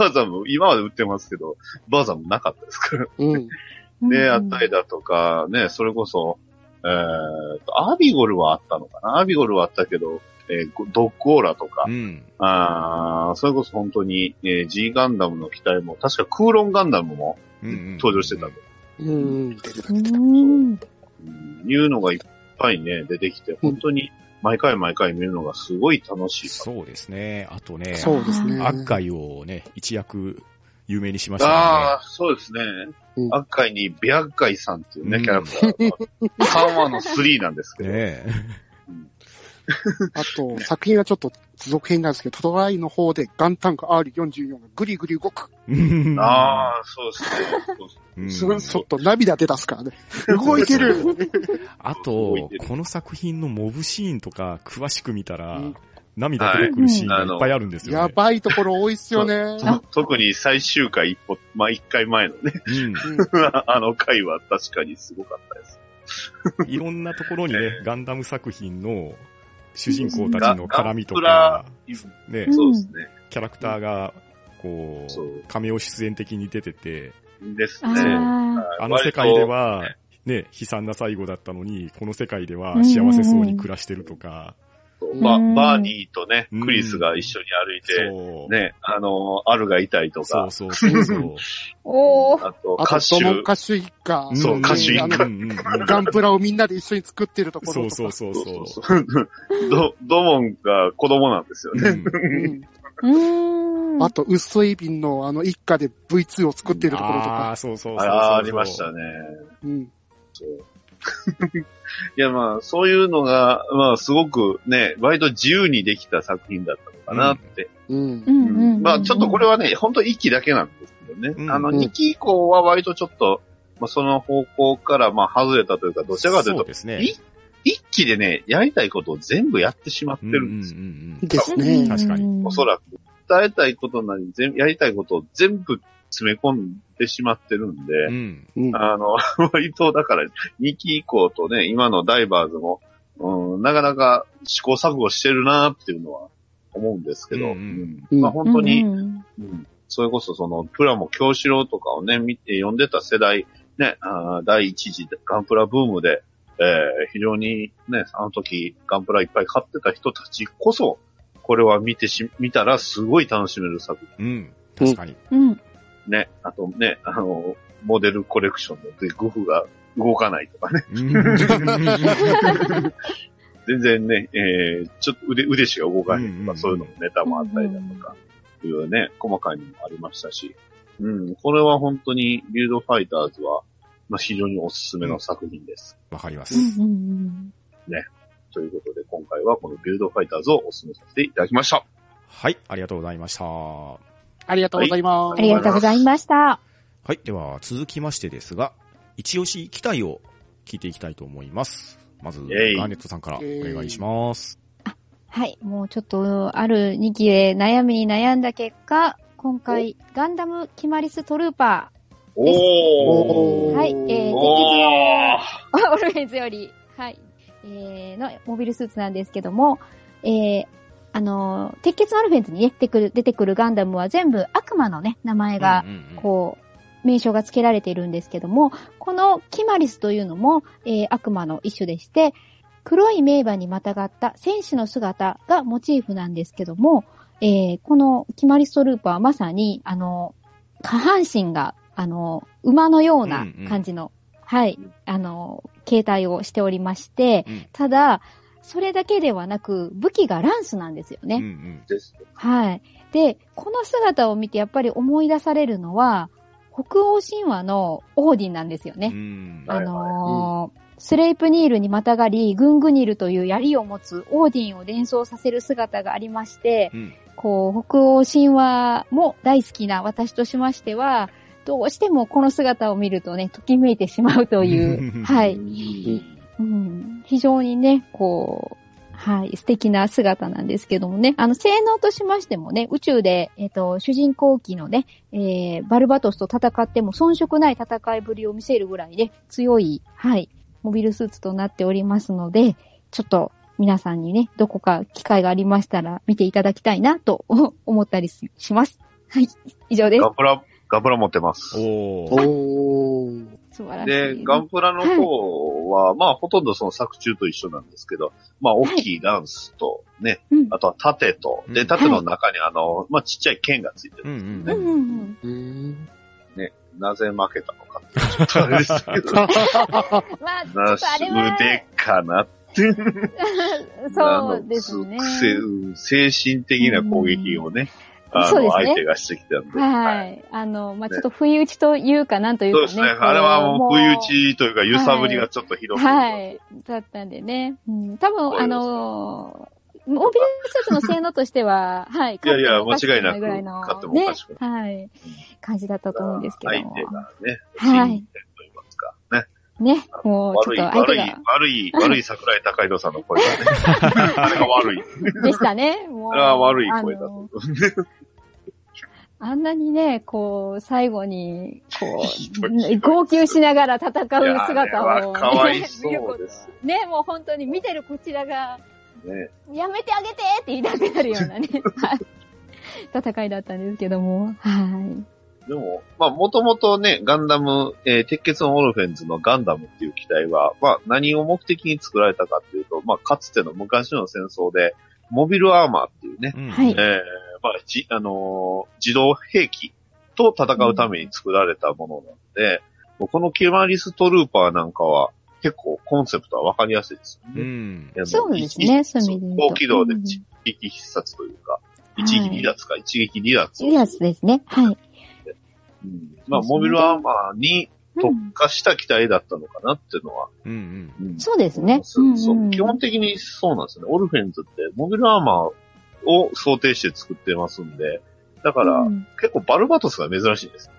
Speaker 1: ーザム、 (laughs) 今まで売ってますけど、バーザムなかったですから。
Speaker 2: うん。
Speaker 1: で、あったりだとか、ね、それこそ、えーと、アビゴルはあったのかなアビゴルはあったけど、えーゴドッグオーラとか
Speaker 3: う、ん。
Speaker 1: ああ、それこそ本当に、えー G ガンダムの機体も、確かクーロンガンダムも
Speaker 3: うん。
Speaker 1: 登場してたと、
Speaker 2: うん。出てた
Speaker 4: う
Speaker 2: 出てた。
Speaker 4: ん。
Speaker 1: うんいうのがいっぱいね、出てきて、本当に毎回毎回見るのがすごい楽しい。
Speaker 3: そうですね。あとね、
Speaker 2: そうですね。
Speaker 3: 悪海をね、一躍有名にしました
Speaker 1: ああ、そうですね
Speaker 2: う。ん
Speaker 1: 悪海にベアッカイさんっていう
Speaker 3: う
Speaker 1: ね、
Speaker 3: ん
Speaker 1: キャラクターが。3話の3なんですけ
Speaker 3: ね。
Speaker 1: ど。
Speaker 3: ねえ。
Speaker 2: あと、作品はちょっと続編なんですけど、トドライの方でガンタンク R44 がぐりぐり動く。
Speaker 3: うん
Speaker 1: ああ、そうですね。そうですね
Speaker 3: うん
Speaker 2: ちょっと涙出だすからね。 (laughs) 動いてる
Speaker 3: あ
Speaker 1: 動い
Speaker 3: と
Speaker 1: て、る
Speaker 3: この作品のモブシーンとか詳しく見たら
Speaker 2: うん、
Speaker 3: 涙出てくるシーンがいっぱいあるんですよ
Speaker 2: や
Speaker 3: ね。
Speaker 2: ばいところ多いっすよね。
Speaker 4: あ
Speaker 1: 特に最終回一歩、まあ、一回前のね、 (laughs) あの回は確かにすごかったです。
Speaker 3: うんいろんなところにね、ガンダム作品の主人公たちの絡みと
Speaker 1: ガ
Speaker 3: か、ね、
Speaker 1: そうですね。
Speaker 3: キャラクターが、こ
Speaker 1: そうう、
Speaker 3: 亀を出演的に出てて、
Speaker 1: ですね。
Speaker 4: あ
Speaker 3: あの世界で
Speaker 1: 割
Speaker 3: は、ね、悲惨な最後だったのに、この世界では幸せそうに暮らしてるとか、
Speaker 1: と、
Speaker 2: うん
Speaker 1: ババーニーとね、
Speaker 3: うん
Speaker 1: クリスが一緒に歩いて、
Speaker 3: そう、
Speaker 1: ね、あの、アルがいたりと
Speaker 3: そ
Speaker 1: か
Speaker 3: う、そうそ
Speaker 1: (laughs)
Speaker 3: うそう。
Speaker 4: ーおー。
Speaker 1: あと
Speaker 2: あ
Speaker 1: 歌
Speaker 2: と、ドモ
Speaker 1: 手
Speaker 2: ン、歌手一家。
Speaker 1: そうん歌手一家
Speaker 2: あ
Speaker 1: 家
Speaker 2: の
Speaker 3: うんうんうん
Speaker 2: ガンプラをみんなで一緒に作ってるところと
Speaker 3: そう
Speaker 2: か。
Speaker 3: そうそ
Speaker 1: そ
Speaker 3: うそうう。
Speaker 1: そう (laughs) そう。ド、ドモンが子供なんですよね。 (laughs)
Speaker 3: う
Speaker 2: う
Speaker 3: ん
Speaker 2: ん
Speaker 4: うーん。
Speaker 2: あと、ウッソエビンのあの一家で V2 を作ってるところと
Speaker 3: あ
Speaker 2: か。
Speaker 3: あ、そうそうそうそう。
Speaker 1: あーありましたね。
Speaker 2: うん。
Speaker 1: いやまあ、そういうのが、まあすごくね、割と自由にできた作品だったのかなって。
Speaker 2: うん
Speaker 4: う。んうんうん。
Speaker 1: まあちょっとこれ
Speaker 4: は、
Speaker 1: はね、本当一期だけなんですけどね。
Speaker 3: うん
Speaker 1: あの、
Speaker 2: うん
Speaker 1: 二期以降は割とちょっと、まあその方向からまあ外れたというか、どちらかという
Speaker 3: そ
Speaker 1: と
Speaker 3: うですね。
Speaker 1: い一気でね、やりたいことを全部やってしまってるんですよ。
Speaker 3: うんうんうん
Speaker 2: ですね。
Speaker 3: 確かに
Speaker 1: おそ
Speaker 4: ら
Speaker 1: らく。伝えたいことなり、全やりたいことを全部詰め込んでしまってるんで、
Speaker 3: うん。
Speaker 2: うん。
Speaker 1: あの、 (laughs) 割とだから、2期以降とね、今のダイバーズも、うん、なかなか試行錯誤してるなっていうのは思うんですけど、
Speaker 3: うんうん
Speaker 1: うんまあ本当に、
Speaker 4: に。
Speaker 1: うんそれこそその、プラも京志郎とかをね、見て、読んでた世代、ね、あー第一次ガンプラブームで、えー非常にね、あの時ガンプラいっぱい買ってた人たちこそ、これは見てし、見たらすごい楽しめる作
Speaker 3: うん。確かに。
Speaker 4: うん。
Speaker 1: 品。ね、あとね、あの、モデルコレクションでグフが動かないとかね、全然ね、えーちょっと腕、腕しか動かないとか、
Speaker 3: うんうんうん
Speaker 1: そういうのもネタもあったりだとか、いうね、細かいのもありましたし、うん、これは本当にビルドファイターズは、まあ、非常におすすめの作品です。
Speaker 3: わかります。
Speaker 4: うんうん
Speaker 1: ということで、今回はこのビルドファイターズをおすすめさせていただきました。
Speaker 3: はい、ありがとうございました。は
Speaker 2: ありがとうございま
Speaker 4: うん。
Speaker 2: す。
Speaker 4: ありがとうございました。
Speaker 3: い、では続きましてですが、一押し期待を聞いていきたいと思います。まず、ガ
Speaker 1: イェイ
Speaker 3: ーネットさんからお願いします。
Speaker 4: はい。もうちょっと、ある2期で悩みに悩んだ結果、今回、ガンダムキマリストルーパ
Speaker 1: お
Speaker 2: お
Speaker 1: ー。
Speaker 4: ー。はい。えー、
Speaker 1: おー。
Speaker 4: (laughs) オルフェンズより、はい、えー、のモビルスーツなんですけども、えー、あのー、鉄血のオルフェンズにね、出てくる、出てくるガンダムは全部悪魔のね、名前が
Speaker 3: うん、うんうん
Speaker 4: こう、名称が付けられているんですけども、このキマリスというのも、えー、悪魔の一種でして、黒い名馬にまたがった戦士の姿がモチーフなんですけども、えー、このキマリストルーパーはまさに、あの、下半身が、あの、馬のような感じの、はい、あの、形態をしておりまして、
Speaker 3: うん
Speaker 4: ただ、それだけではなく、武器がランスなんですよね。
Speaker 3: うんうん
Speaker 1: です。
Speaker 4: はい。で、この姿を見てやっぱり思い出されるのは、北欧神話のオーディンなんですよ
Speaker 3: う
Speaker 4: ね。
Speaker 3: ん
Speaker 1: は
Speaker 4: あ
Speaker 1: い
Speaker 4: のースレイプニールにまたがり、グングニルという槍を持つオーディンを連想させる姿がありまして、
Speaker 3: うん
Speaker 4: こう、北欧神話も大好きな私としましては、どうしてもこの姿を見るとね、ときめいてしまうという、はい、うん非常にね、こう、はい、素敵な姿なんですけどもね、あの、性能としましてもね、宇宙で、えっ、と、主人公機のね、えー、バルバトスと戦っても遜色ない戦いぶりを見せるぐらいね、強い、はい、モビルスーツとなっておりますので、ちょっと、皆さんにね、どこか機会がありましたら見ていただきたいなと (laughs) 思ったりしします。はい。以上で
Speaker 1: ガプラ、ガプラ持ってます。
Speaker 3: おー
Speaker 2: おー。
Speaker 4: す。素晴らしい。
Speaker 1: で、ガンプラの方は、まあ、ほとんどその作中と一緒なんですけど、まあ、大きいランスとね、
Speaker 4: うん
Speaker 1: あとは盾と、
Speaker 3: う
Speaker 1: で、
Speaker 3: ん
Speaker 1: 盾の中にあの、まあ、ちっちゃい剣がついて
Speaker 3: う
Speaker 1: る
Speaker 3: ん
Speaker 1: んですよ
Speaker 3: うん
Speaker 1: ね。
Speaker 4: うん
Speaker 2: うー
Speaker 4: うんうん。
Speaker 2: ん。
Speaker 1: ね、なぜ負けたのかって、ちょっとあれですけど、な
Speaker 4: まあ、ちょっとあれは、
Speaker 1: 腕かなって、
Speaker 4: そうですね
Speaker 1: あ。のせうん精神的な攻撃をね、
Speaker 4: うん
Speaker 1: あ
Speaker 4: そうで
Speaker 1: の、
Speaker 4: すね
Speaker 1: 相手がしてきたんで、
Speaker 4: は。い。あの、まあ、ちょっと不意打ちというか、なんという
Speaker 1: そう
Speaker 4: かね。
Speaker 1: ですね。
Speaker 4: こ
Speaker 1: あれはもう、不意打ちというか、揺さぶりがちょっとひどくて
Speaker 4: はい。だったんでね。うん、多分、あのー、モビルスーツの性能とし
Speaker 1: (laughs)
Speaker 4: ては、はい。
Speaker 1: いやいや
Speaker 4: 勝ってもおかしくぐら
Speaker 1: 間違いなく勝ってもおかしく
Speaker 4: ね、はい。感じだったと思うんですけど
Speaker 1: 相
Speaker 4: も
Speaker 1: 手。がね、
Speaker 4: はい
Speaker 1: 信じてると言いますか。ね。
Speaker 4: ね。もう、ち
Speaker 1: 悪
Speaker 4: ょっ
Speaker 1: い、
Speaker 4: と相手
Speaker 1: 悪い
Speaker 4: が、、
Speaker 1: 悪い、悪い桜井高弘さんの声だね。
Speaker 4: (laughs)
Speaker 1: あれが悪い。
Speaker 4: でし
Speaker 1: (laughs)
Speaker 4: たね。もう。
Speaker 1: あれは悪い声だ
Speaker 4: あ
Speaker 1: と
Speaker 4: の
Speaker 1: 思
Speaker 4: ー
Speaker 1: う。
Speaker 4: あんなにね、こう、最後に、
Speaker 1: (laughs)
Speaker 4: こ
Speaker 1: ひどいひど
Speaker 4: う
Speaker 1: い、
Speaker 4: 号泣しながら戦う姿
Speaker 1: いやあれ
Speaker 4: を、
Speaker 1: は
Speaker 4: ね、
Speaker 1: かわいそう
Speaker 4: (laughs) 見ること
Speaker 1: で
Speaker 4: は
Speaker 1: す
Speaker 4: ね、もう本当に見てるこちらが、
Speaker 1: ね
Speaker 4: やめてあげてって言いたくなるよう
Speaker 1: (laughs)
Speaker 4: なね、はい戦いだったんですけども、は
Speaker 1: でも、まあ、もともとね、ガンダム、えー鉄血のオルフェンズのガンダムっていう機体は、まあ、何を目的に作られたかっていうと、まあ、かつての昔の戦争で、モビルアーマーっていうね、
Speaker 3: うん
Speaker 4: はい
Speaker 1: えーまあ、じ、あのー自動兵器と戦うために作られたものなので、もうこのケマリストルーパーなんかは、結構コンセプトはわかりやすいですよね。
Speaker 3: うん
Speaker 1: いや
Speaker 4: い。そうですね、そういう意味で言うと。
Speaker 1: 高機動で
Speaker 4: うん
Speaker 1: 一撃必殺というか、
Speaker 4: い
Speaker 1: 一撃離脱か、一撃離脱を
Speaker 4: いいやつですね、はい。
Speaker 1: うんまあ、モビルアーマーに
Speaker 4: う
Speaker 1: 特
Speaker 4: ん
Speaker 1: 化した機体だったのかなっていうのは。
Speaker 3: うんうん。
Speaker 1: うん
Speaker 4: そうですね。
Speaker 1: そうそう
Speaker 4: うんうん
Speaker 1: 基本的にそうなんですよね。オルフェンズってモビルアーマーを想定して作ってますんで、だから、
Speaker 4: うん
Speaker 1: 結構バルバトスが珍しいです。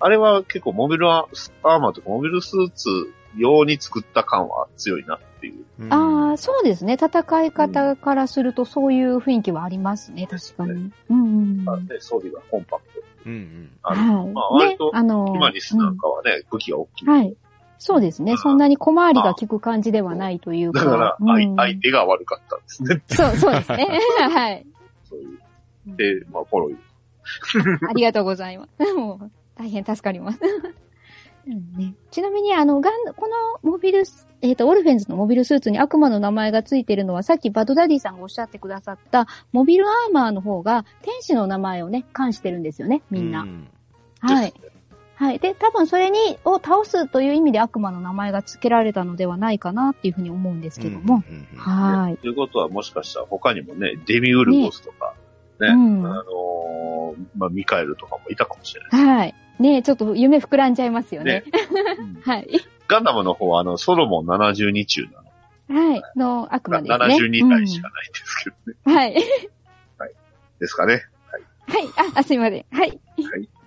Speaker 1: あれは結構モビルアーマーとかモビルスーツ用に作った感は強いなっていう。
Speaker 3: うん
Speaker 4: ああ、そうですね。戦い方からするとそういう雰囲気はありますね、確かに。うんうん。
Speaker 1: あ
Speaker 4: は
Speaker 1: ね、装備がコンパクト。
Speaker 3: うんうん。
Speaker 1: あの
Speaker 4: い。
Speaker 1: まあ割
Speaker 4: ね
Speaker 1: と、
Speaker 4: あの、
Speaker 1: 今リスなんかはね、武器が大きい
Speaker 4: うん。はい。そうです
Speaker 1: う
Speaker 4: ね。
Speaker 1: ん
Speaker 4: そんなに小回りが効く感じではないというか。
Speaker 1: だから、
Speaker 4: うん
Speaker 1: 相相手が悪かったんですね。
Speaker 4: そう、そうで
Speaker 1: (laughs)
Speaker 4: すね。はい。
Speaker 1: そういう。で、まあ、フォロー。
Speaker 4: ありがとうございます。 (laughs) もう、大変助かります。うんね、ちなみに、あの、ガン、このモビルス、えっ、と、オルフェンズのモビルスーツに悪魔の名前がついてるのは、さっきバドダディさんがおっしゃってくださった、モビルアーマーの方が、天使の名前をね、冠してるんですよね、みんな。
Speaker 3: う。
Speaker 4: はい。はい。で、多分それに、を倒すという意味で悪魔の名前が付けられたのではないかなっていうふうに思うんですけども。
Speaker 3: うんうんうん。
Speaker 4: はーい。
Speaker 1: ということはもしかしたら他にもね、デミウルゴスとか、ね、
Speaker 4: うん
Speaker 1: あのーまあ、ミカエルとかもいたかもしれない。
Speaker 4: はい。ねえちょっと夢膨らんじゃいますよね。
Speaker 1: うん
Speaker 4: はい。
Speaker 1: ガンダムの方は、あの、ソロモン72中なの。
Speaker 4: はい。の悪魔ですね。
Speaker 1: 72体しかないんですけどね。
Speaker 4: うんはい。
Speaker 1: ですかね。
Speaker 4: はい。あ、あ、すいません。はい。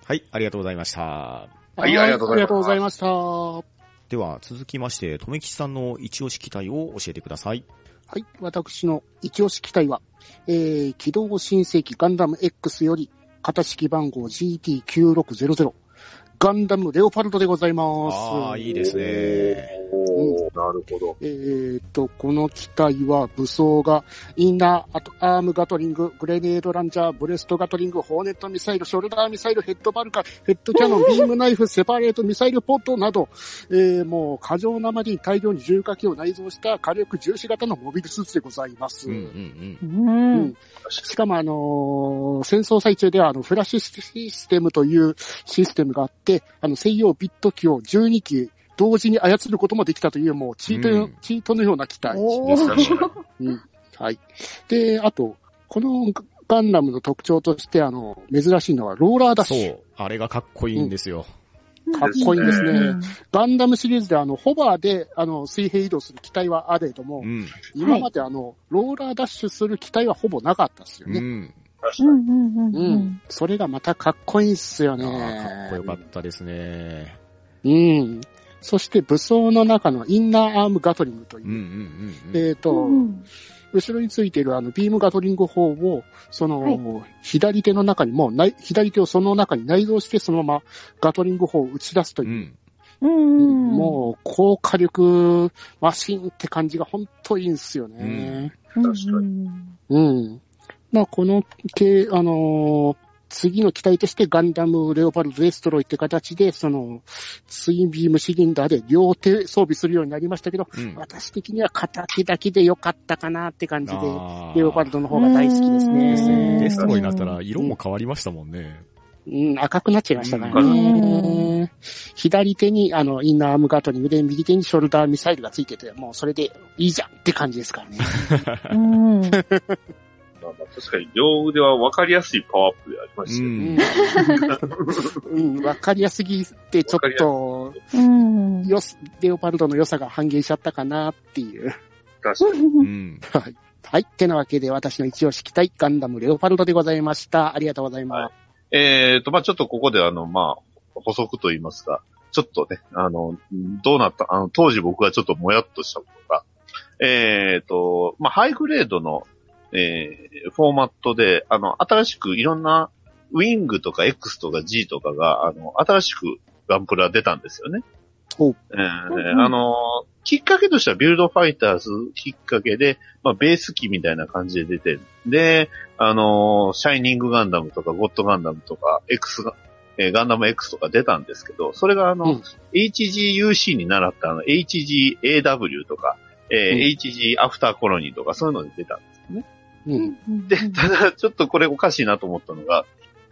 Speaker 3: はい、ありがとうございました。
Speaker 1: はいありがとうございます
Speaker 2: ありがとうございました。は
Speaker 3: では、続きまして、とめきちさんの一押し機体を教えてください。
Speaker 2: い。私の一押し機体は、えー、機動新世紀ガンダム X より、型式番号 GT9600、ガンダムレオパルトでございます。
Speaker 3: ああ、いいですね。
Speaker 1: おーなるほど。
Speaker 2: えーっと、この機体は武装が、インナーアトアームガトリング、グレネードランチャー、ブレストガトリング、ホーネットミサイル、ショルダーミサイル、ヘッドバルカ、ヘッドキャノン、ビームナイフ、セパレートミサイルポットなど、えーもう過剰なまでに大量に重火器を内蔵した火力重視型のモビルスーツでございます。
Speaker 3: うんうんうん。
Speaker 4: うん。
Speaker 2: しかも、あのー戦争最中では、あの、フラッシュシステムというシステムがあって、あの、専用ビット機を12機同時に操ることもできたという、もう、チート、
Speaker 3: うん
Speaker 2: チートのような機体。
Speaker 4: お
Speaker 1: ですか
Speaker 4: ー。
Speaker 1: ね。
Speaker 2: はい。で、あと、このガンダムの特徴として、あの、珍しいのはローラーダッ
Speaker 3: そ
Speaker 2: シュ。
Speaker 3: う、あれがかっこいいんですよ。
Speaker 2: かっこいいですね。
Speaker 4: うん
Speaker 2: ガンダムシリーズであの、ホバーで、あの、水平移動する機体はあれども
Speaker 3: う、ん。
Speaker 2: 今まであの、ローラーダッシュする機体はほぼなかったですよ
Speaker 3: う
Speaker 2: ね。
Speaker 3: ん。
Speaker 1: 確か
Speaker 4: う
Speaker 1: に。
Speaker 4: んうんうん
Speaker 2: う。
Speaker 4: うんん。
Speaker 2: それがまたかっこいいんすよ
Speaker 3: あ
Speaker 2: ね。
Speaker 3: あ、かっこよかったですね。
Speaker 2: うん。そして武装の中のインナーアームガトリングという
Speaker 3: うんう、んうんうん。
Speaker 2: えっ、と、
Speaker 4: うん
Speaker 2: 後ろについているあのビームガトリング砲を、その、
Speaker 4: はい
Speaker 2: 左手の中にもうない、左手をその中に内蔵して、そのままガトリング砲を打ち出すと
Speaker 3: う
Speaker 2: いう、
Speaker 3: ん。
Speaker 4: うん。
Speaker 2: もう高火力マシンって感じが本当いいんですよね。
Speaker 4: うん、
Speaker 1: 確か
Speaker 2: うん。まあ、この系、あのー次の機体としてガンダムレオパルドデストロイって形で、その、ツインビームシリンダーで両手装備するようになりましたけど、
Speaker 3: うん。
Speaker 2: 私的には片手だけで良かったかなって感じで、
Speaker 3: あ
Speaker 2: レオパルドの方が大好きです
Speaker 4: う
Speaker 2: ね。
Speaker 4: ん
Speaker 3: デストロイになったら色も変わりましたもんね。
Speaker 2: うん、赤くなっちゃいましたから
Speaker 4: う
Speaker 2: ね。左手に、あの、インナーアームガトリングで、右手にショルダーミサイルがついてて、もうそれでいいじゃんって感じですからね。
Speaker 4: うん。うん
Speaker 1: まあまあ確かに、両腕は分かりやすいパワーアップでありま
Speaker 3: う
Speaker 1: した (laughs) よね。
Speaker 2: う
Speaker 3: ん。
Speaker 2: ん、うんわかりやすぎて、ちょっと、
Speaker 4: うん。
Speaker 2: よす、レオパルドの良さが半減しちゃったかなっていう。
Speaker 1: 確かに。
Speaker 3: うん。
Speaker 2: はい。はい。てなわけで、私の一押し期待、ガンダムレオパルドでございました。ありがとうございます。
Speaker 1: えっ、と、まあちょっとここであの、まあ補足と言いますか、ちょっとね、あの、どうなった、あの、当時僕がちょっともやっとしたことが、えっ、と、まあハイグレードの、えーフォーマットで、あの、新しくいろんな、ウィングとか X とか G とかが、あの、新しくガンプラ出たんですよね。
Speaker 2: ほう
Speaker 1: えー
Speaker 4: うんうん
Speaker 1: あの、きっかけとしてはビルドファイターズきっかけで、まあ、ベース機みたいな感じで出て、で、あのーシャイニングガンダムとか、ゴッドガンダムとか、X が、えーガンダム X とか出たんですけど、それがあの、
Speaker 2: うん
Speaker 1: HGUC に習ったあの、HGAW とか、えー
Speaker 2: うん
Speaker 1: HG アフターコロニーとか、そういうのに出たんです (laughs) ね。
Speaker 2: うん。
Speaker 1: で、ただ、ちょっとこれおかしいなと思ったのが、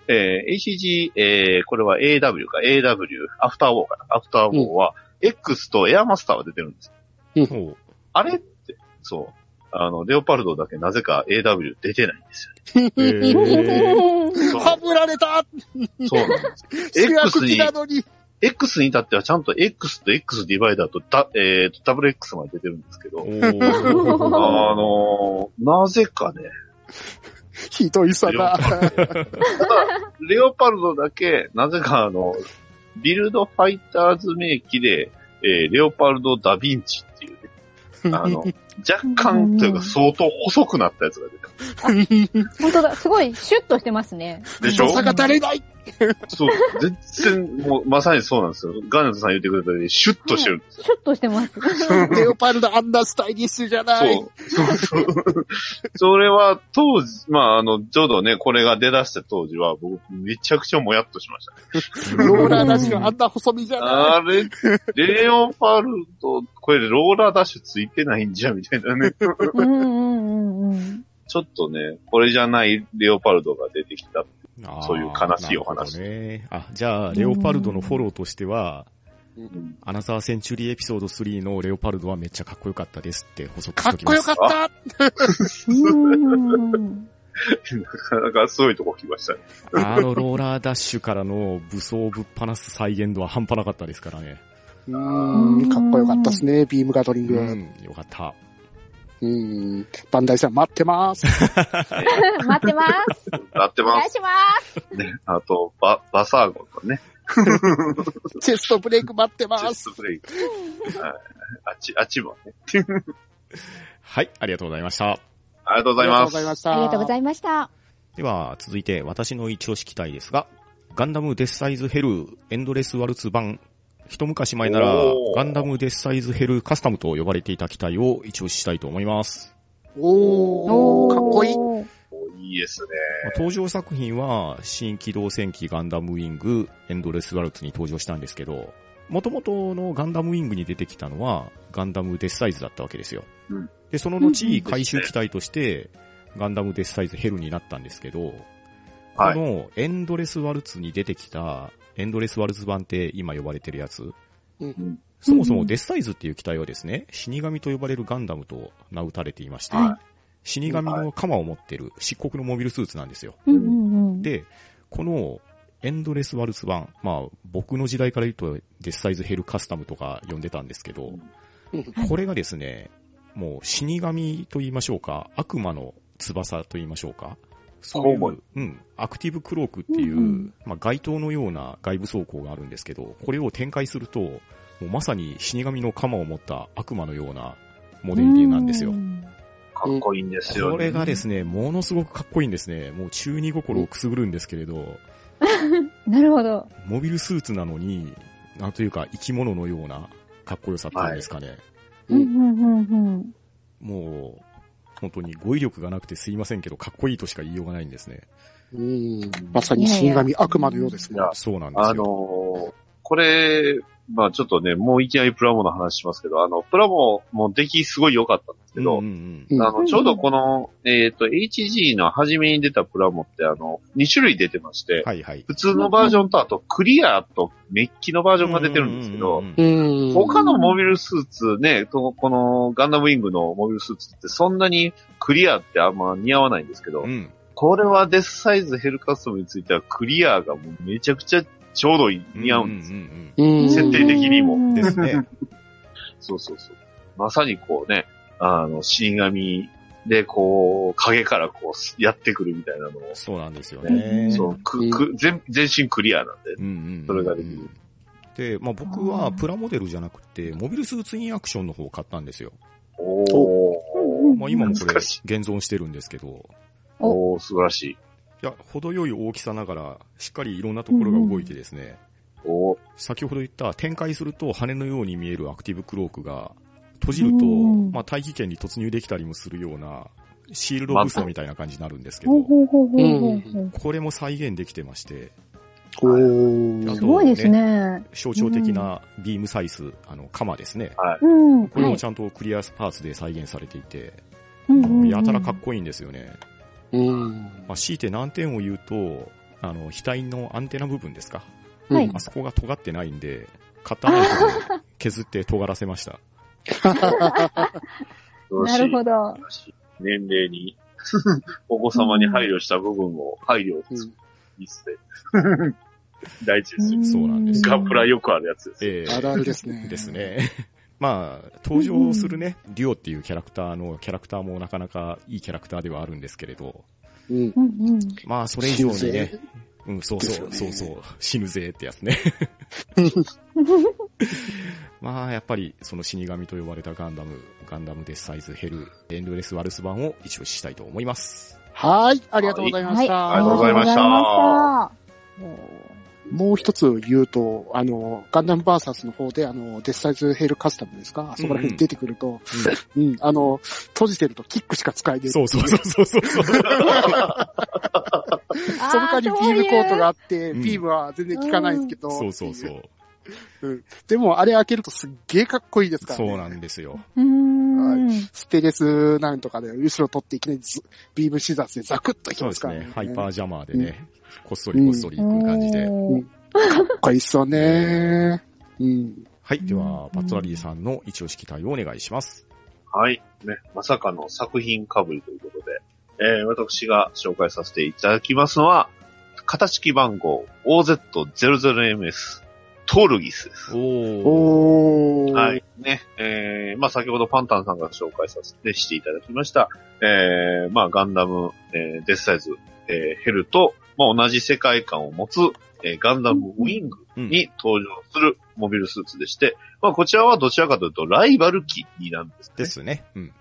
Speaker 1: えー HG、えーこれは AW か、AW、アフターウォーかな、アフターウォーは、X とエアマスターは出てるんですよ。
Speaker 3: ほう。
Speaker 1: あれって、そう。あの、レオパルドだけなぜか AW 出てないんですよね。
Speaker 3: え (laughs) ー
Speaker 2: (laughs)
Speaker 1: そう
Speaker 2: はぶられた
Speaker 1: そうなんです。
Speaker 2: 主
Speaker 1: X
Speaker 2: 役機
Speaker 1: に、
Speaker 2: なのに
Speaker 1: X に至ってはちゃんと X と X ディバイダーとダ、えーと、ダブル X まで出てるんですけど、
Speaker 3: お
Speaker 1: あ
Speaker 3: ー
Speaker 1: のーなぜかね、
Speaker 2: ひどい差だ。
Speaker 1: レオパルドだけ、なぜかあの、ビルドファイターズ名機で、えーレオパルド・ダ・ヴィンチっていうね、あ
Speaker 2: (laughs)
Speaker 1: の、若干というか相当細くなったやつが出て
Speaker 4: 本当だ、すごいシュッとしてますね。
Speaker 1: る。でしょ
Speaker 4: 細
Speaker 2: (laughs) 差が足りない
Speaker 1: そう、全然、もう、まさにそうなんですよ。ガーネットさん言ってくれたように、シュッとしてるんですよ。
Speaker 4: シュッとしてます。
Speaker 2: レオパルドあんなスタイリッシュじゃない。
Speaker 1: そう、そう、そう。 (laughs) それは、当時、まあ、あの、ちょうどね、これが出だした当時は、僕、めちゃくちゃもやっとしました。
Speaker 2: ローラーダッシュあんな細身じゃない。
Speaker 1: あれ、レオパルド、これ、ローラーダッシュついてないんじゃ、みたいなね。 (laughs)
Speaker 4: うんうんうんうん。
Speaker 1: ちょっとね、これじゃないレオパルドが出てきた。
Speaker 3: あー
Speaker 1: そういう悲しいお話
Speaker 3: なるほどね。あ、じゃあ、レオパルドのフォローとしては、アナザーセンチュリーエピソード3のレオパルドはめっちゃかっこよかったですって補足
Speaker 2: か
Speaker 3: し
Speaker 2: っ
Speaker 3: とき
Speaker 2: こ
Speaker 3: ま
Speaker 2: よ
Speaker 3: す。
Speaker 2: かった
Speaker 4: うんうん
Speaker 1: な
Speaker 4: うん
Speaker 1: かなかすごいとこ来ましたね。
Speaker 3: あのローラーダッシュからの武装ぶっ放す再現度は半端なかったですからね。
Speaker 2: うーん、かっこよかったですね、ビームガトリング。
Speaker 3: う、
Speaker 2: うん
Speaker 3: よかった。
Speaker 2: ん、バンダイさん待って
Speaker 1: (laughs)
Speaker 2: ます。
Speaker 4: 待ってます。
Speaker 1: なって
Speaker 4: お
Speaker 1: ま
Speaker 4: 願い
Speaker 1: す
Speaker 4: します。
Speaker 1: ね。あと、バ、バサーゴンとね、
Speaker 2: チェストブレイク待ってま
Speaker 1: チェス
Speaker 2: す
Speaker 1: ト。プレイ。はい。あっち、あっちもね。
Speaker 3: はい、ありがとうございました。
Speaker 1: ありがとうございます。
Speaker 2: した
Speaker 4: ありがとうございました。
Speaker 3: では、続いて私の一押し期待ですが、ガンダムデスサイズヘルエンドレスワルツ版、一昔前なら
Speaker 1: お、ー
Speaker 3: ガンダムデスサイズヘルカスタムと呼ばれていた機体を一押ししたいと思います。
Speaker 2: おー、かっこいい。
Speaker 4: おー
Speaker 1: いいですね。
Speaker 3: まあ登場作品は、新機動戦機ガンダムウィング、エンドレスワルツに登場したんですけど、元々のガンダムウィングに出てきたのは、ガンダムデスサイズだったわけですよ。
Speaker 1: うん
Speaker 3: で、その
Speaker 4: うんう
Speaker 3: 後、
Speaker 4: ん
Speaker 3: 回収機体として、ガンダムデスサイズヘルになったんですけど、
Speaker 1: はい
Speaker 3: このエンドレスワルツに出てきた、エンドレスワルツ版って今呼ばれてるやつ、
Speaker 1: うん。
Speaker 3: そもそもデスサイズっていう機体はですね、死神と呼ばれるガンダムと名打たれていまして、
Speaker 1: は
Speaker 3: 死神の鎌を持ってる漆黒のモビルスーツなんですよ。
Speaker 4: うんうんうん。
Speaker 3: で、このエンドレスワルツ版、まあ僕の時代から言うとデスサイズヘルカスタムとか呼んでたんですけど、これがですね、もう死神と言いましょうか、悪魔の翼と言いましょうか、そうい
Speaker 1: 青森
Speaker 3: う、うん、アクティブクロークっていう、
Speaker 4: うんうん
Speaker 3: まあ街灯のような外部走行があるんですけど、これを展開すると、もうまさに死神の鎌を持った悪魔のようなモデルなんですよ
Speaker 4: う。ん
Speaker 1: かっこいいんですよね。
Speaker 3: これがですね、ものすごくかっこいいんですね。もう中二心をくすぐるんですけれど、
Speaker 4: なるほど。
Speaker 3: モビルスーツなのに、なんというか生き物のようなかっこよさっていうんですかね。
Speaker 4: うんうんうんうん。
Speaker 3: もう、本当に語彙力がなくてすいませんけど、かっこいいとしか言いようがないんですね。
Speaker 2: うん、まさに死神悪魔のようです
Speaker 1: い
Speaker 2: ね。
Speaker 1: や
Speaker 3: そうなんで
Speaker 1: あ
Speaker 3: す
Speaker 1: のー
Speaker 3: よ。
Speaker 1: これ、まあちょっとね、もういきなりプラモの話しますけど、あの、プラモも出来すごい良かったんですけど、
Speaker 3: うんうん
Speaker 2: うん
Speaker 1: あの、ちょうどこの、えっ、と、HG の初めに出たプラモって、あの、2種類出てまし
Speaker 3: うん
Speaker 1: て、
Speaker 3: はいはい。
Speaker 1: 普通のバージョンと、あと、クリアとメッキのバージョンが出てるんですけ
Speaker 3: う
Speaker 1: ど
Speaker 3: んう、んうん
Speaker 2: うん。
Speaker 1: 他のモビルスーツね、とこのガンダムウィングのモビルスーツってそんなにクリアってあんま似合わないんですけど
Speaker 3: う、ん。
Speaker 1: これはデスサイズヘルカストムについてはクリアがもうめちゃくちゃちょうどいい、似合うんです。
Speaker 3: ん
Speaker 2: うん。
Speaker 1: 設定的にも
Speaker 4: うん
Speaker 3: うんですね。
Speaker 1: そうそうそう。まさにこうね、あの、死神でこう、影からこう、やってくるみたいなのを、
Speaker 3: そうなんですよ
Speaker 4: う
Speaker 3: ね。
Speaker 4: ん
Speaker 1: そう、く、く、全、全身クリアなんで。
Speaker 3: うんうんうん。
Speaker 1: それができる
Speaker 3: で、まあ僕はプラモデルじゃなくて、モビルスーツインアクションの方を買ったんですよ。
Speaker 1: お
Speaker 4: うんう
Speaker 1: ー
Speaker 4: ん。
Speaker 3: まあ今もこれ
Speaker 1: 懐かし
Speaker 3: 現存してるんですけど、
Speaker 1: おー、素晴らしい。
Speaker 3: いや、程よい大きさながら、しっかりいろんなところが動いてですね、
Speaker 1: おー、
Speaker 3: 先ほど言った展開すると羽のように見えるアクティブクロークが閉じると、
Speaker 4: うん
Speaker 3: まあ、大気圏に突入できたりもするようなシールド武装みたいな感じになるんですけど、
Speaker 4: ほうほうほうほうほうほう
Speaker 3: これも再現できてまして、
Speaker 2: お
Speaker 3: あ
Speaker 4: す
Speaker 2: ー。
Speaker 3: と
Speaker 4: ごいですね。
Speaker 3: 象徴的なビームサイズ、あの、鎌ですね。
Speaker 4: うん。
Speaker 3: これ
Speaker 4: は
Speaker 3: も
Speaker 4: い
Speaker 3: ちゃんとクリアパーツで再現されていて、
Speaker 4: うんうんうん
Speaker 3: やたらかっこいいんですよね。
Speaker 2: うん。
Speaker 3: まあ、強いて難点を言うと、あの、額のアンテナ部分ですか。
Speaker 4: はいう
Speaker 3: あそこが尖ってないんで、カッターナイフで削って尖らせました。
Speaker 1: 素晴らしい
Speaker 4: なる。ほど。
Speaker 1: 年齢に、 (laughs) お子様に配慮した部分を配慮する。いいっすね。 (laughs) 大事ですよ。
Speaker 3: そうなんです
Speaker 1: ガンプラよくあるやつです。
Speaker 3: (laughs) ええ
Speaker 2: あるあるですね。
Speaker 3: です。ね。 (laughs) まあ、登場するね、デュオっていうキャラクターのキャラクターもなかなかいいキャラクターではあるんですけれど、
Speaker 2: うん。
Speaker 4: うんうん。
Speaker 3: まあ、それ以上にね
Speaker 2: 死ぬぜ、
Speaker 3: うん、そうそう、
Speaker 2: です
Speaker 3: そ
Speaker 2: よ
Speaker 3: う
Speaker 2: ね
Speaker 3: そう、死ぬぜってやつね。 (laughs) まあ、やっぱり、その死神と呼ばれたガンダム、ガンダムデスサイズヘル、エンドレスワルス版を一応したいと思います。
Speaker 2: はい、ありがとうございました。
Speaker 1: ありがとうございました
Speaker 4: ありがとうございま
Speaker 2: もう一つ言うと、あの、ガンダムバーサスの方で、あの、デスサイズヘルカスタムですかあそこら辺に出てくると、うん、あの、閉じてるとキックした使えねえ。
Speaker 3: そうそうそうそうそう。
Speaker 4: し
Speaker 2: (laughs) そ
Speaker 4: た。
Speaker 2: の代わりビームコートがあって、
Speaker 3: うん
Speaker 2: ビームは全然効かないんですけど、
Speaker 3: そうそうそう。
Speaker 2: でもあれ開けるとすっげえかっこいいですから、ね。
Speaker 3: そうなんですよ。
Speaker 4: あー。そういううーん。
Speaker 2: ステレスなんとかで、後ろ取っていきなりズビームシザーズでザクッといき
Speaker 3: そう
Speaker 2: ま
Speaker 3: ですす
Speaker 2: からね。
Speaker 3: ね。ハイパー
Speaker 2: か
Speaker 3: ジャマーでね、こっそりこっそり行く感じで。
Speaker 4: おー
Speaker 2: っこいいっすよね。うん。
Speaker 3: はい。では、バッツラリーさんの一押し期待をお願いします。
Speaker 1: はい。ね、まさかの作品被りということで、えー私が紹介させていただきますのは、型式番号 OZ00MS、トールギスです。
Speaker 3: おー。
Speaker 2: おー。
Speaker 1: はい。。ね。えー、まあ先ほどパンタンさんが紹介させてしていただきました、えー、まあガンダム、えー、デスサイズ、えー、ヘルと、まあ同じ世界観を持つ、えー、ガンダムウィング
Speaker 3: うん
Speaker 1: に登場するモビルスーツでして、まあこちらはどちらかというとライバル機になんですね。
Speaker 3: ですね。うん。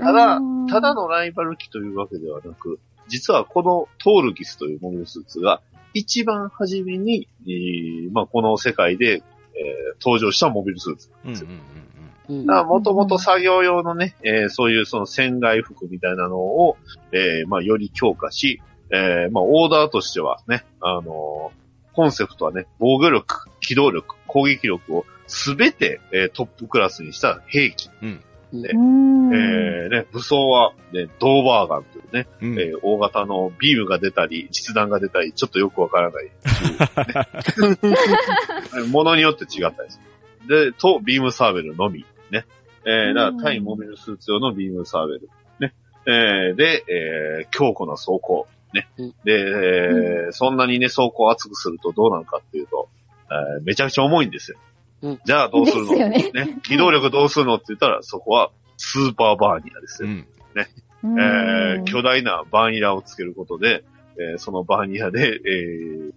Speaker 1: ただ、ただのライバル機というわけではなく、実はこのトールギスというモビルスーツが、一番初めに、えーまあ、この世界で、えー登場したモビルスーツ。
Speaker 3: うんうんうん
Speaker 2: うん (laughs)
Speaker 1: だからもともと作業用のね、えーそういうその船外服みたいなのを、えーまあ、より強化し、えーまあ、オーダーとしてはね、あのーコンセプトはね、防御力、機動力、攻撃力をすべて、えートップクラスにした兵器。
Speaker 4: うーん。
Speaker 1: えーね、武装は、ね、ドーバーガンというね、
Speaker 3: うん。うん。
Speaker 1: えー大型のビームが出たり、実弾が出たり、ちょっとよくわから
Speaker 4: (laughs)
Speaker 1: ないっていうねものによって違ったりする。で、と、ビームサーベルのみ。ね。えーだから、対モビルスーツ用のビームサーベル。ね。えーで、えー強固な装甲。ね
Speaker 2: うん。
Speaker 1: で、えーそんなにね、装甲を厚くするとどうなるかっていうと、えーめちゃくちゃ重いんですよ。
Speaker 2: うん
Speaker 1: じゃあどうするの
Speaker 4: ですよね
Speaker 1: 機動力どうするのって言ったら、そこはスーパーバーニアですよ。
Speaker 3: うん。
Speaker 1: え
Speaker 4: うーん
Speaker 1: ー巨大なバーニラをつけることで、えーそのバーニラで、えー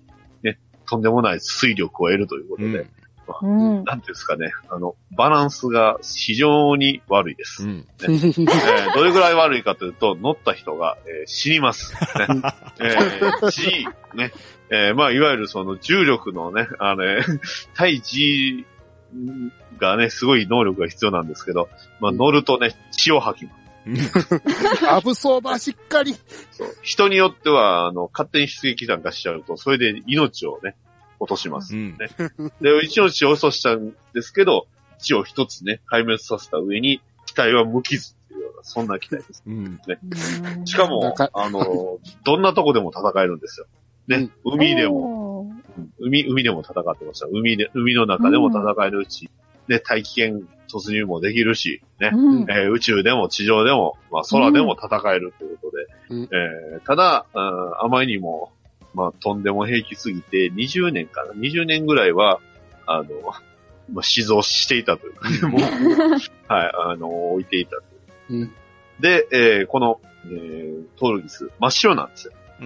Speaker 1: ね、とんでもない水力を得るということ
Speaker 3: う
Speaker 1: で、
Speaker 3: ん。
Speaker 4: うん。
Speaker 1: なんていうんですかね、あの、バランスが非常に悪いです。
Speaker 3: うん。
Speaker 1: えーどれぐらい悪いかというと、乗った人が、えー死にます。ねえー死、ね、えーまあ、いわゆるその重力のね、あの、えー対 G がね、すごい能力が必要なんですけど、まあ、乗るとね、血を吐きます
Speaker 2: アブソーバーしっかり。
Speaker 1: 人によっては、あの、勝手に出撃なんかしちゃうと、それで命をね、落とし
Speaker 2: (laughs)
Speaker 1: ます。
Speaker 3: うん。
Speaker 1: で、命を落としたんですけど、地を一つね、壊滅させた上に、機体は無傷っていうような、そんな機体です。
Speaker 3: うん。
Speaker 1: しか
Speaker 2: なん
Speaker 1: も
Speaker 2: か、
Speaker 1: あの、どんなとこでも戦えるんですよ。ね、海でも、
Speaker 4: も。
Speaker 1: 海、海でも戦ってました。海で、海の中でも戦えるし、ね、大気圏突入もできるし、ね、
Speaker 4: うん。
Speaker 1: えー宇宙でも地上でも、まあ、空でも戦えるということで、
Speaker 2: うん
Speaker 1: えーただ、うんあまりにも、まあ、とんでも平気すぎて、20年かな、20年ぐらいは、あの、まあ、死蔵していたというか、ね、
Speaker 2: (laughs)
Speaker 1: もう、はい、あの、置いていた。
Speaker 2: うん。
Speaker 1: で、えーこの、えートルギス、真っ白なんですよ。
Speaker 3: う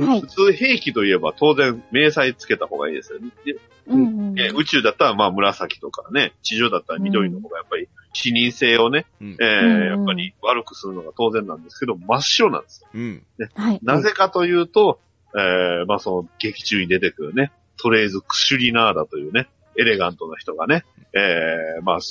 Speaker 3: ん。
Speaker 4: はい
Speaker 1: 普。通兵器といえば当然、明細つけた方がいいですよね。で
Speaker 4: うん。
Speaker 1: えー宇宙だったらまあ紫とかね、地上だったら緑の方がやっぱり、視認性をね、
Speaker 3: うん
Speaker 1: えー
Speaker 4: うん
Speaker 1: やっぱり悪くするのが当然なんですけど、真っ白なんですよ。
Speaker 3: うん。
Speaker 4: はい。
Speaker 1: なぜかというと、えーまあその劇中に出てくるね、トレーズ・クシュリナーダというね、エレガントな人がね、えーまあそ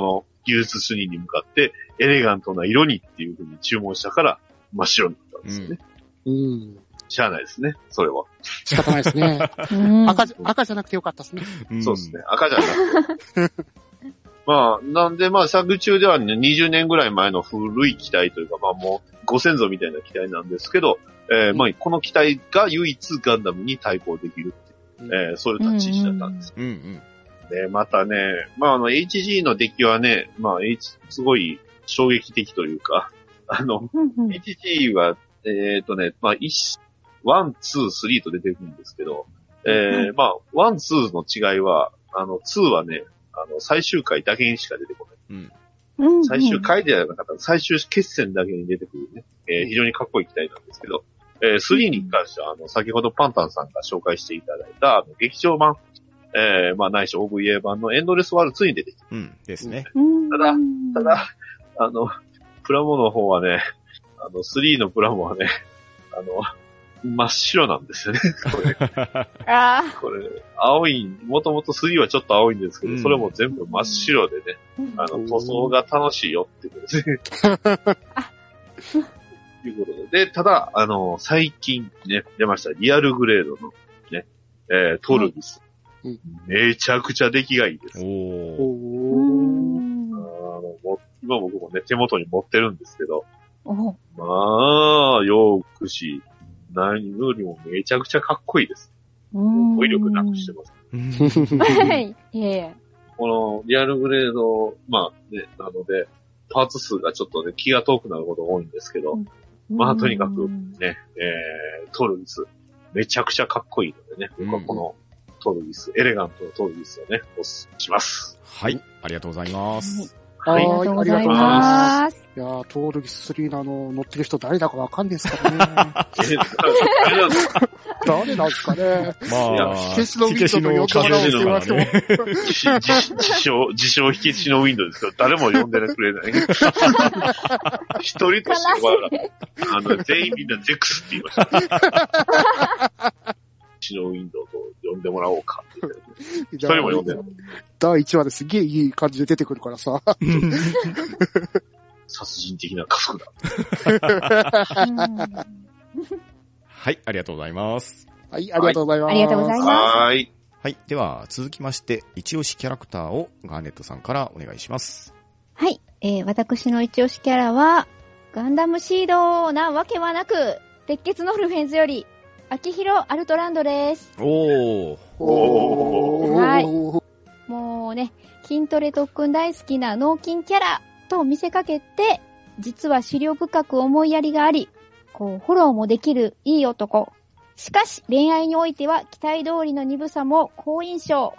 Speaker 1: の技術主任に向かって、エレガントな色にっていうふうに注文したから、真っ白になったんですよね。
Speaker 2: うん。
Speaker 1: しゃあないですね、それは。
Speaker 2: 仕方ないです (laughs) ね。
Speaker 4: うん
Speaker 2: 赤じゃ、赤じゃなくてよかったですね。
Speaker 3: うん
Speaker 1: そうですね。。赤じゃなく
Speaker 3: (laughs)
Speaker 1: て。まあ、なんで、まあ、作中では、ね、20年ぐらい前の古い機体というか、まあもう、ご先祖みたいな機体なんですけど、えーまあ、この機体が唯一ガンダムに対抗できるっていう、えーそういう立ち位置だったんです。
Speaker 3: うんうん。
Speaker 1: で、またね、まあ、あの、HG の出来はね、まあ、H、すごい衝撃的というか、あの、
Speaker 4: うんうん
Speaker 1: HG は、えっ、とね、まあ、1、ワン、ツー、スリーと出てくるんですけど、えー、まあ、ワン、ツーの違いは、あの、ツーはね、あの、最終回だけにしか出てこない。
Speaker 4: うん
Speaker 1: 最終回ではなかった、最終決戦だけに出てくるね、えー非常にかっこいい機体なんですけど、えー、3に関しては、あの、先ほどパンタンさんが紹介していただいた、あの、劇場版、えー、まあ、ないし OVA 版のエンドレスワールド2に出てきて、
Speaker 3: うん。ですね。
Speaker 4: うん
Speaker 1: ただ、ただ、あの、プラモの方はね、あの、3のプラモはね、あの、真っ白なんですよね。 (laughs) これ、
Speaker 4: あ
Speaker 1: これ、青い、もともと3はちょっと青いんですけど、
Speaker 3: うん
Speaker 1: それも全部真っ白でね、
Speaker 4: あ
Speaker 1: あの、塗装が楽しいよってことですね。ということで。で、ただ、あの、最近ね、出ました、リアルグレードのね、えー、トルビス、
Speaker 2: うん
Speaker 1: めちゃくちゃ出来がいいです。
Speaker 3: おー。
Speaker 4: う
Speaker 2: おー。
Speaker 4: ん
Speaker 1: あのも今僕もね、手元に持ってるんですけど、
Speaker 4: お
Speaker 1: まあ、よくし、何よりもめちゃくちゃかっこいいです。
Speaker 4: うん
Speaker 1: 語彙力なくしてます。
Speaker 3: うん
Speaker 4: はい。ええ。
Speaker 1: この、リアルグレード、まあね、なので、パーツ数がちょっとね、気が遠くなることが多いんですけど、
Speaker 4: うん
Speaker 1: まあとにかく
Speaker 4: うん
Speaker 1: ね、えー、トルギス、めちゃくちゃかっこいいのでね、僕はこのトルギス、エレガントのトルギスをね、おすすめします。
Speaker 3: はい。ありがとうございます。
Speaker 4: あ
Speaker 1: はい
Speaker 4: り。 (laughs) がとうございます。
Speaker 2: いやー、トールギス3のあの、乗ってる人誰だかわかんないですから (laughs) ね。
Speaker 1: えーあれなんですか
Speaker 2: 誰なんですかね。
Speaker 3: ま
Speaker 1: い
Speaker 3: あ
Speaker 1: や、
Speaker 2: 火消しのウィンドウの横
Speaker 1: から教えてもら
Speaker 2: っても
Speaker 1: 自称、自称、自称引き消しのウィンドウですけど、誰も呼んでくれない。一人としては、あの、全員みんなゼックスって言いました。死のウィンドウと呼んでもらおうかって言って。
Speaker 2: 一
Speaker 1: 一人も呼んでない。
Speaker 2: 第1話ですげえいい感じで出てくるからさ。
Speaker 1: 殺人的な家族だ。
Speaker 4: うん
Speaker 3: はい。ありがとうございます。
Speaker 2: はい、ありがとうございます。
Speaker 4: ありがとうございます
Speaker 1: はーい。
Speaker 3: はい。では、続きまして、一押しキャラクターをガーネットさんからお願いします。
Speaker 4: はい。えー私の一押しキャラは、ガンダムシードなわけはなく、鉄血のオルフェンズより、秋広アルトランドです。
Speaker 3: おー。
Speaker 2: おー。
Speaker 4: はいもうね、筋トレ特訓大好きな脳筋キャラと見せかけて、実は資料深く思いやりがあり、こう、フォローもできるいい男。しかし、恋愛においては期待通りの鈍さも好印象。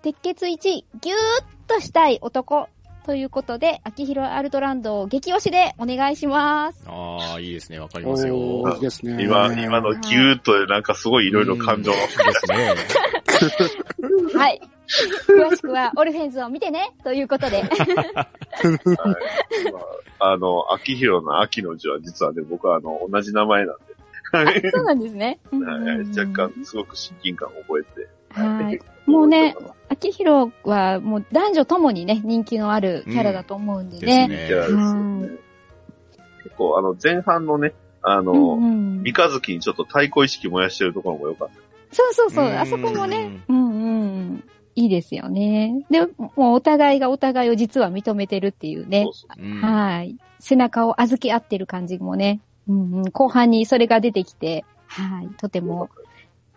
Speaker 4: 鉄血一、ぎゅーっとしたい男。ということで、秋広アルトランドを激推しでお願いします。
Speaker 3: あー、いいですね。わかります
Speaker 2: おーい
Speaker 3: よ。
Speaker 2: いですね。
Speaker 1: 今、今のギューッとなんかすごいいろいろ感情
Speaker 3: うんですね。
Speaker 4: はい。詳しくは、オルフェンズを見てねということで。
Speaker 1: あの、秋広の秋の字は実はね、僕はあの、同じ名前なんで。はい
Speaker 4: そうなんですね。
Speaker 1: はい若干、すごく親近感を覚えて。
Speaker 4: はい。もうね、秋広はもう男女ともにね、人気のあるキャラだと思うんで
Speaker 3: です
Speaker 4: ね。
Speaker 1: キャラ
Speaker 3: ね
Speaker 1: です。よね。結構、あの、前半のね、あの、
Speaker 4: うんうん
Speaker 1: 三日月にちょっと対抗意識燃やしてるところも良かっ
Speaker 4: そうそうそう、
Speaker 3: うん
Speaker 4: あそこもね、うんうん。いいですよね。で、もうお互いがお互いを実は認めてるっていう
Speaker 1: た。
Speaker 4: ね
Speaker 1: そう。そう
Speaker 3: うん
Speaker 4: はい。背中を預け合ってる感じもね。うんうん。後半にそれが出てきて、はい。とても、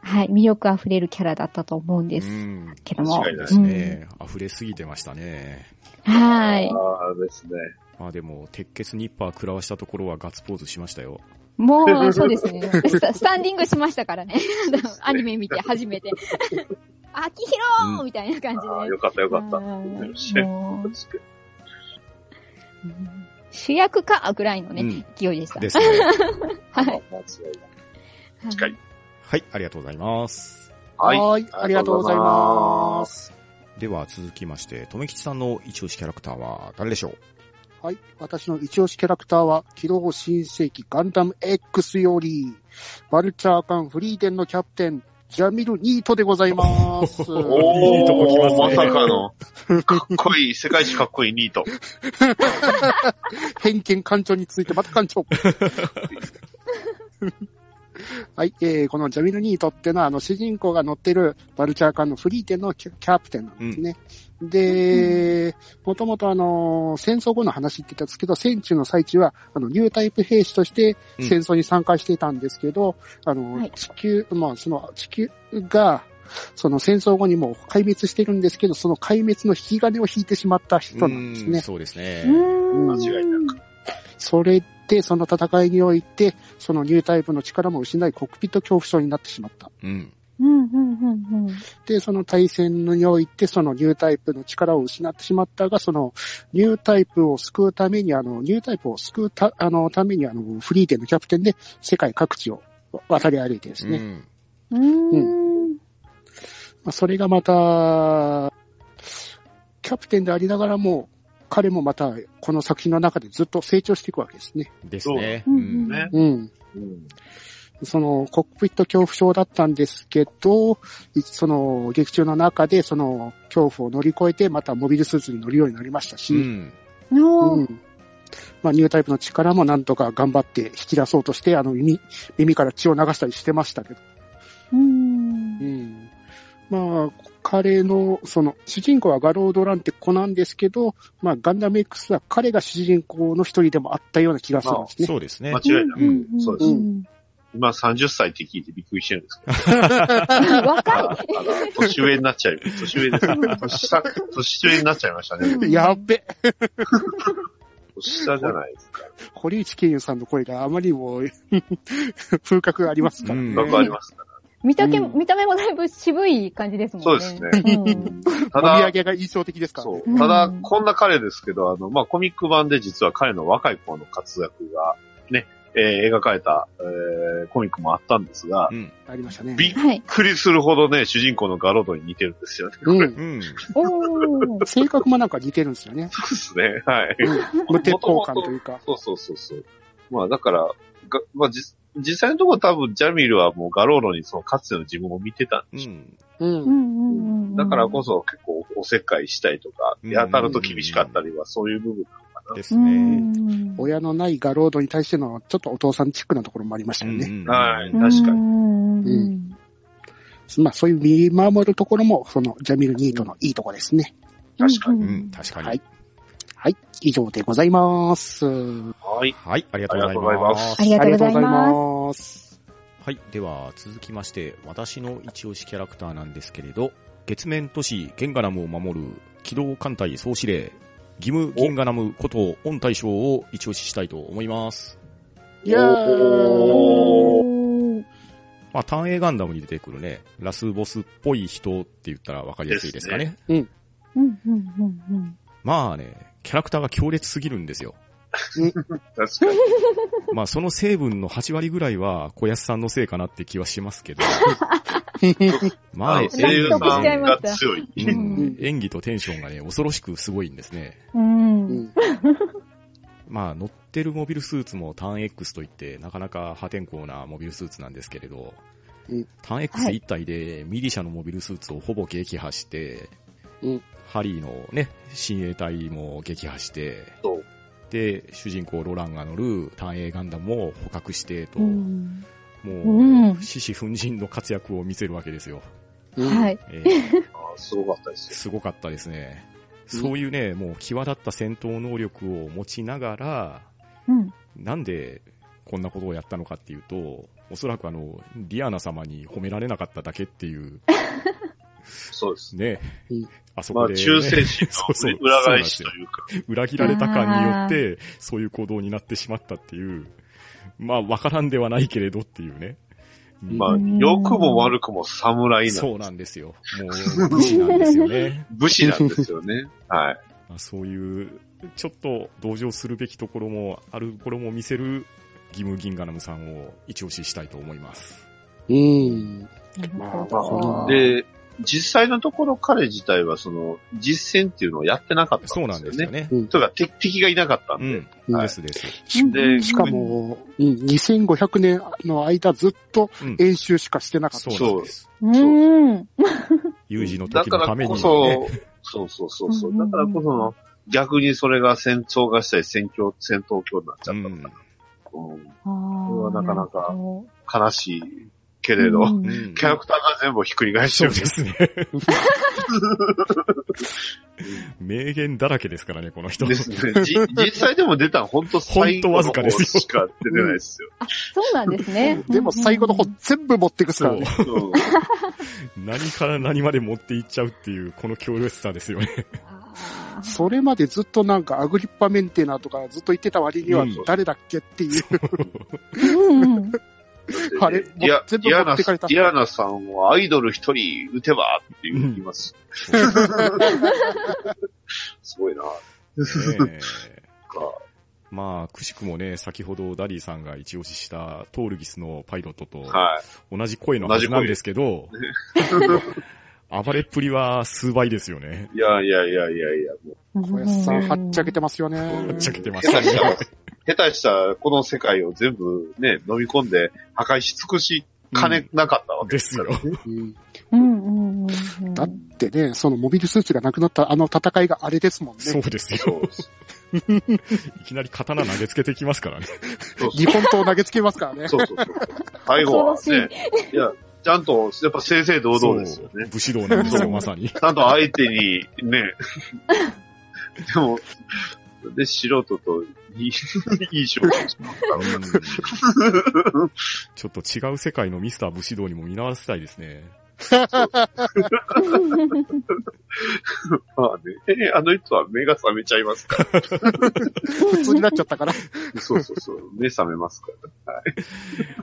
Speaker 4: はい。魅力あふれるキャラだったと思うんで
Speaker 3: う
Speaker 4: す
Speaker 3: ん。
Speaker 4: けども。
Speaker 1: 間違いないで
Speaker 3: です
Speaker 4: うん
Speaker 3: ね。溢れすぎてましたね。
Speaker 4: はい。
Speaker 1: ああですね。
Speaker 3: まあでも、鉄血ニッパー食らわしたところはガッツポーズしましたよ。
Speaker 4: もう、そうですね。スタスタンディングしましたからね。アニメ見て初めて。秋広、
Speaker 3: うん
Speaker 4: みたいな感じで。
Speaker 1: ああ、よかったよかった。
Speaker 4: はい
Speaker 1: 試合
Speaker 4: もう
Speaker 1: 確か
Speaker 4: うん主役かぐらいのね、
Speaker 3: うん
Speaker 4: 勢いでした。
Speaker 3: ですね。
Speaker 4: は
Speaker 1: に
Speaker 4: い。
Speaker 1: まあ間違いない
Speaker 4: はい
Speaker 1: 近い
Speaker 3: はい。ありがとうございます。
Speaker 1: はい。
Speaker 2: はい、ありがとうございます。
Speaker 3: では続きまして、とめきちさんの一押しキャラクターは誰でしょう
Speaker 2: はい、私の一押しキャラクターは、機動新世紀ガンダム X より、バルチャーカンフリーデンのキャプテン、ジャミル・ニートでございます。
Speaker 1: おー、
Speaker 3: いいとこ来ますね
Speaker 1: まさかの、かっこいい、世界一かっこいいニート。
Speaker 2: 偏見館長についてまた館長。はい、えー、このジャミル・ニートってのは、あの、主人公が乗ってるバルチャー艦のフリーテンのキャキャプテンなんですね。で、もともとあのー戦争後の話って言ったんですけど、戦中の最中は、あの、ニュータイプ兵士として
Speaker 3: うん
Speaker 2: 戦争に参加していたんですけど、あの、
Speaker 4: はい
Speaker 2: 地球、まあ、その、地球が、その戦争後にもう壊滅してるんですけど、その壊滅の引き金を引いてしまった人なんですね
Speaker 3: うー。そうですね
Speaker 4: う。ーん
Speaker 1: 間違いな
Speaker 2: それで、その戦いにおいて、そのニュータイプの力も失い、コックピット恐怖症になってしまった。
Speaker 3: うん。
Speaker 4: うんうんうんうん。
Speaker 2: で、その対戦において、そのニュータイプの力を失ってしまったが、そのニュータイプを救うために、あの、ニュータイプを救うた、あの、ために、あの、フリーデンのキャプテンで世界各地を渡り歩いてですね。
Speaker 3: うん
Speaker 4: うーん。
Speaker 2: まあ、それがまた、キャプテンでありながらも、彼もまた、この作品の中でずっと成長していくわけですね。
Speaker 3: ですね。
Speaker 4: そう
Speaker 3: うん
Speaker 1: ね。
Speaker 2: うん。
Speaker 1: うん。
Speaker 2: その、コックピット恐怖症だったんですけど、いその、劇中の中で、その、恐怖を乗り越えて、またモビルスーツに乗るようになりました
Speaker 3: う
Speaker 2: し、
Speaker 3: ん。
Speaker 4: の
Speaker 2: うんまあ、ニュータイプの力もなんとか頑張って引き出そうとして、あの、耳、耳から血を流したりしてましたけど、
Speaker 4: うん
Speaker 2: うんまあ、彼の、その、主人公はガロードランって子なんですけど、まあ、ガンダム X は彼が主人公の一人でもあったような気がするんですね。
Speaker 3: そうですね
Speaker 1: 間。違いな
Speaker 4: うんうんうん
Speaker 1: い。そうで
Speaker 2: う
Speaker 1: す。
Speaker 2: ん
Speaker 1: 今30歳って聞いてびっくりしてるんですけど。あ
Speaker 4: 若
Speaker 1: らあら年上になっちゃい、年上です。年下、年上になっちゃいましたね。
Speaker 4: うん
Speaker 2: やっべ。
Speaker 1: と下じゃないですか。
Speaker 2: 堀内健さんの声があまりにも (laughs) 風格がありますから
Speaker 3: う
Speaker 2: ね。
Speaker 3: ん
Speaker 1: わかりますから。
Speaker 4: 見たけ、
Speaker 2: うん
Speaker 4: 見た目もだいぶ渋い感じですもんね。
Speaker 1: そう
Speaker 4: ですね。
Speaker 1: た
Speaker 2: 盛り上
Speaker 1: だ、
Speaker 2: げが印象的ですから
Speaker 1: そ
Speaker 2: ね。
Speaker 1: う。ただ、こんな彼ですけど、あの、まあ、コミック版で実は彼の若い子の活躍が、ね、えー描かれた、えーコミックもあったんですが、
Speaker 3: うん。
Speaker 2: ありましたね。
Speaker 1: びっ
Speaker 4: はい。
Speaker 1: くりするほどね、主人公のガロードに似てるんですよね。
Speaker 2: うん。
Speaker 3: うん。
Speaker 4: おー。
Speaker 2: 性格もなんか似てるんですよね。
Speaker 1: そうですね。はい。
Speaker 2: うん。無鉄砲感というか。
Speaker 1: そうそうそうそう。まあだから、がまあ実実際のところ多分ジャミルはもうガローロにそのかつての自分を見てたん
Speaker 3: う
Speaker 1: でしょ。
Speaker 3: ん。
Speaker 2: う。
Speaker 4: うんんうんうんうん
Speaker 1: だからこそ結構おせっかいしたりとか、
Speaker 3: うん
Speaker 1: やたらと厳しかったりはそういう部分。
Speaker 3: です
Speaker 4: う
Speaker 3: ね。
Speaker 4: ん
Speaker 2: 親のないガロードに対してのちょっとお父さんチックなところもありましたよね。
Speaker 3: うん
Speaker 1: はい確かに
Speaker 4: うん
Speaker 2: うまあそういう見守るところも、そのジャミル・ニートのいいとこですね。
Speaker 1: 確かに。
Speaker 4: う
Speaker 3: うんん、確か
Speaker 2: は
Speaker 3: に
Speaker 2: い。はい。以上でございます。
Speaker 1: はい。
Speaker 3: はい、ありがとうござ
Speaker 1: あり
Speaker 3: い
Speaker 1: がとうご
Speaker 3: ま
Speaker 1: ざいます
Speaker 4: あ。りがとうございます。
Speaker 2: す。
Speaker 3: はい。では、続きまして、私の一押しキャラクターなんですけれど、月面都市ゲンガナムを守る機動艦隊総司令、義務ギンガナムこと御大将を一押ししたいと思います。
Speaker 2: イェーイ
Speaker 4: おー
Speaker 3: まあ、単影ガンダムに出てくるね、ラスボスっぽい人って言ったらわかりやすいですかね。
Speaker 4: うんうんうんうん
Speaker 3: まあね、キャラクターが強烈すぎるんですよ。
Speaker 1: 確かに。
Speaker 3: (laughs) まあ、その成分の8割ぐらいは小安さんのせいかなって気はしますけど。ま
Speaker 1: あ
Speaker 3: あ、
Speaker 1: の、声優さ
Speaker 4: (laughs) 納得しちゃい
Speaker 1: ん
Speaker 4: ま
Speaker 1: が
Speaker 4: した
Speaker 1: 強い。
Speaker 3: 演技うん
Speaker 2: うん
Speaker 3: 演技とテンションがね、恐ろしくすごいんですね。
Speaker 4: うん
Speaker 2: う
Speaker 4: うん
Speaker 2: ん。
Speaker 3: まあ、乗ってるモビルスーツもターン X といって、なかなか破天荒なモビルスーツなんですけれど
Speaker 2: うん、
Speaker 3: ターン X 一体でミリシャのモビルスーツをほぼ撃破して
Speaker 2: うん、
Speaker 3: ハリーのね、親衛隊も撃破して、
Speaker 1: そう
Speaker 3: で、主人公ロランが乗る単影ガンダムを捕獲してと、
Speaker 4: うん
Speaker 3: も
Speaker 4: うん
Speaker 3: う、獅子奮陣の活躍を見せるわけですよ。
Speaker 2: うん
Speaker 4: はい。
Speaker 3: えー
Speaker 1: あーすごかったですよ。
Speaker 3: すごかったですね。
Speaker 2: うん
Speaker 3: そういうね、もう際立った戦闘能力を持ちながら、
Speaker 4: うん
Speaker 3: なんでこんなことをやったのかっていうと、おそらくあの、リアナ様に褒められなかっただけっていう、
Speaker 1: そうですね。
Speaker 3: ね
Speaker 2: うん、
Speaker 3: あそ
Speaker 1: ま
Speaker 3: こ
Speaker 1: あ、
Speaker 3: でね、
Speaker 1: 忠誠心
Speaker 3: そうそう (laughs)
Speaker 1: の裏返しというか。
Speaker 3: 裏切られた感によって、そういう行動になってしまったっていう、まあ、わからんではないけれどっていうね。うん
Speaker 1: まあ、良くも悪くも侍な
Speaker 3: そ
Speaker 1: ん
Speaker 3: う
Speaker 1: です。
Speaker 3: なんですよ。もう、武士なんですよね。
Speaker 1: 武士なんですよね。はい。
Speaker 3: まあ、そういう、ちょっと同情するべきところも、あるところも見せる、ギムギンガナムさんを一押ししたいと思います。
Speaker 2: うん。
Speaker 4: なる
Speaker 2: まあ
Speaker 4: ほど
Speaker 2: あ
Speaker 1: で、実際のところ彼自体はその実戦っていうのをやってなかったんです
Speaker 3: そ
Speaker 1: よ
Speaker 3: う
Speaker 1: ね。
Speaker 3: なんですよね。
Speaker 1: というか敵敵がいなかったん
Speaker 3: う
Speaker 1: で。
Speaker 3: ん。
Speaker 2: は
Speaker 3: で
Speaker 2: い
Speaker 3: すです。
Speaker 1: で、
Speaker 2: しかも、うん、2500年の間ずっと
Speaker 3: うん
Speaker 2: 演習しかしてなかった。。
Speaker 3: そうなんです。
Speaker 4: うん。
Speaker 3: 有事の
Speaker 1: だ
Speaker 3: 時
Speaker 1: か
Speaker 3: のた
Speaker 1: ら
Speaker 3: めに
Speaker 1: こ
Speaker 3: ね。
Speaker 1: そ、そうそうそうそうう。
Speaker 4: んうん
Speaker 1: だ
Speaker 4: うん
Speaker 1: からこその、逆にそれが戦争がしたり戦況、戦闘況になっちゃったのかな、うん
Speaker 4: あー
Speaker 1: これはなかなか
Speaker 4: るほ
Speaker 1: 悲しいけ
Speaker 4: ど
Speaker 1: れど、
Speaker 4: うん
Speaker 3: うん。うん
Speaker 1: キャラクターが全部ひっくり返して
Speaker 3: そう
Speaker 1: る。
Speaker 3: ですね。 (laughs) 名言だらけですからね、この人。
Speaker 1: ですね。じ実際でも出たの本当最後の方しか出てないですよ。
Speaker 4: そうなんですね
Speaker 2: (laughs) でも最後の方全部持っていくっすからね。
Speaker 1: うん
Speaker 3: 何から何まで持っていっちゃうっていう、この強烈さですよね。
Speaker 4: あー
Speaker 2: それまでずっとなんかアグリッパメンテナーとかずっと言ってた割には
Speaker 3: うん
Speaker 2: 誰だっけっていう。
Speaker 4: うんうん
Speaker 2: (laughs) あれ
Speaker 1: いや、
Speaker 2: 全部
Speaker 1: ディア
Speaker 2: 持
Speaker 1: ナ
Speaker 2: ってかれた
Speaker 1: ディアナさんはアイドル一人打てばって言います。
Speaker 4: (laughs)
Speaker 1: すごいな。
Speaker 3: ねえ
Speaker 1: か
Speaker 3: まあ、くしくもね、先ほどダリーさんが一押ししたトールギスのパイロットと
Speaker 1: はい。
Speaker 3: 同じ声のはずなんですけど、暴れっぷりは数倍ですよね。
Speaker 1: いやいやいやいやいや、もう。
Speaker 2: 小安さん、はっちゃけてますよね。
Speaker 3: はっちゃけてます
Speaker 1: 下手したら、下手したらこの世界を全部ね、飲み込んで破壊し尽くし、金なかったわけ
Speaker 3: ですよ。
Speaker 2: うん
Speaker 4: うんうんうんうん
Speaker 2: だってね、そのモビルスーツがなくなったあの戦いがあれですもん
Speaker 3: そう
Speaker 2: ね。
Speaker 3: です
Speaker 1: そ
Speaker 3: よ。
Speaker 1: うです。
Speaker 3: いきなり刀投げつけてきますからね。
Speaker 1: そうそう
Speaker 2: 日本刀投げつけますからね。
Speaker 1: そうそう
Speaker 4: (laughs)
Speaker 1: そう。最後は
Speaker 4: 恐ろ
Speaker 1: ね、いや、ちゃんと、やっぱ正々堂々ですよ
Speaker 3: そう
Speaker 1: ね。
Speaker 3: 武士道なんですよ、まさに。
Speaker 1: ちゃんと相手に、ね。 (laughs) でも、で、素人といい、 (laughs) いい勝負をしまったの
Speaker 3: うんちょっと違う世界のミスター武士道にも見直したいですね。
Speaker 1: まあね、あの人は目が覚めちゃいますから。
Speaker 2: 普通になっちゃったから。
Speaker 1: そうそう (laughs) そう。目覚めますから。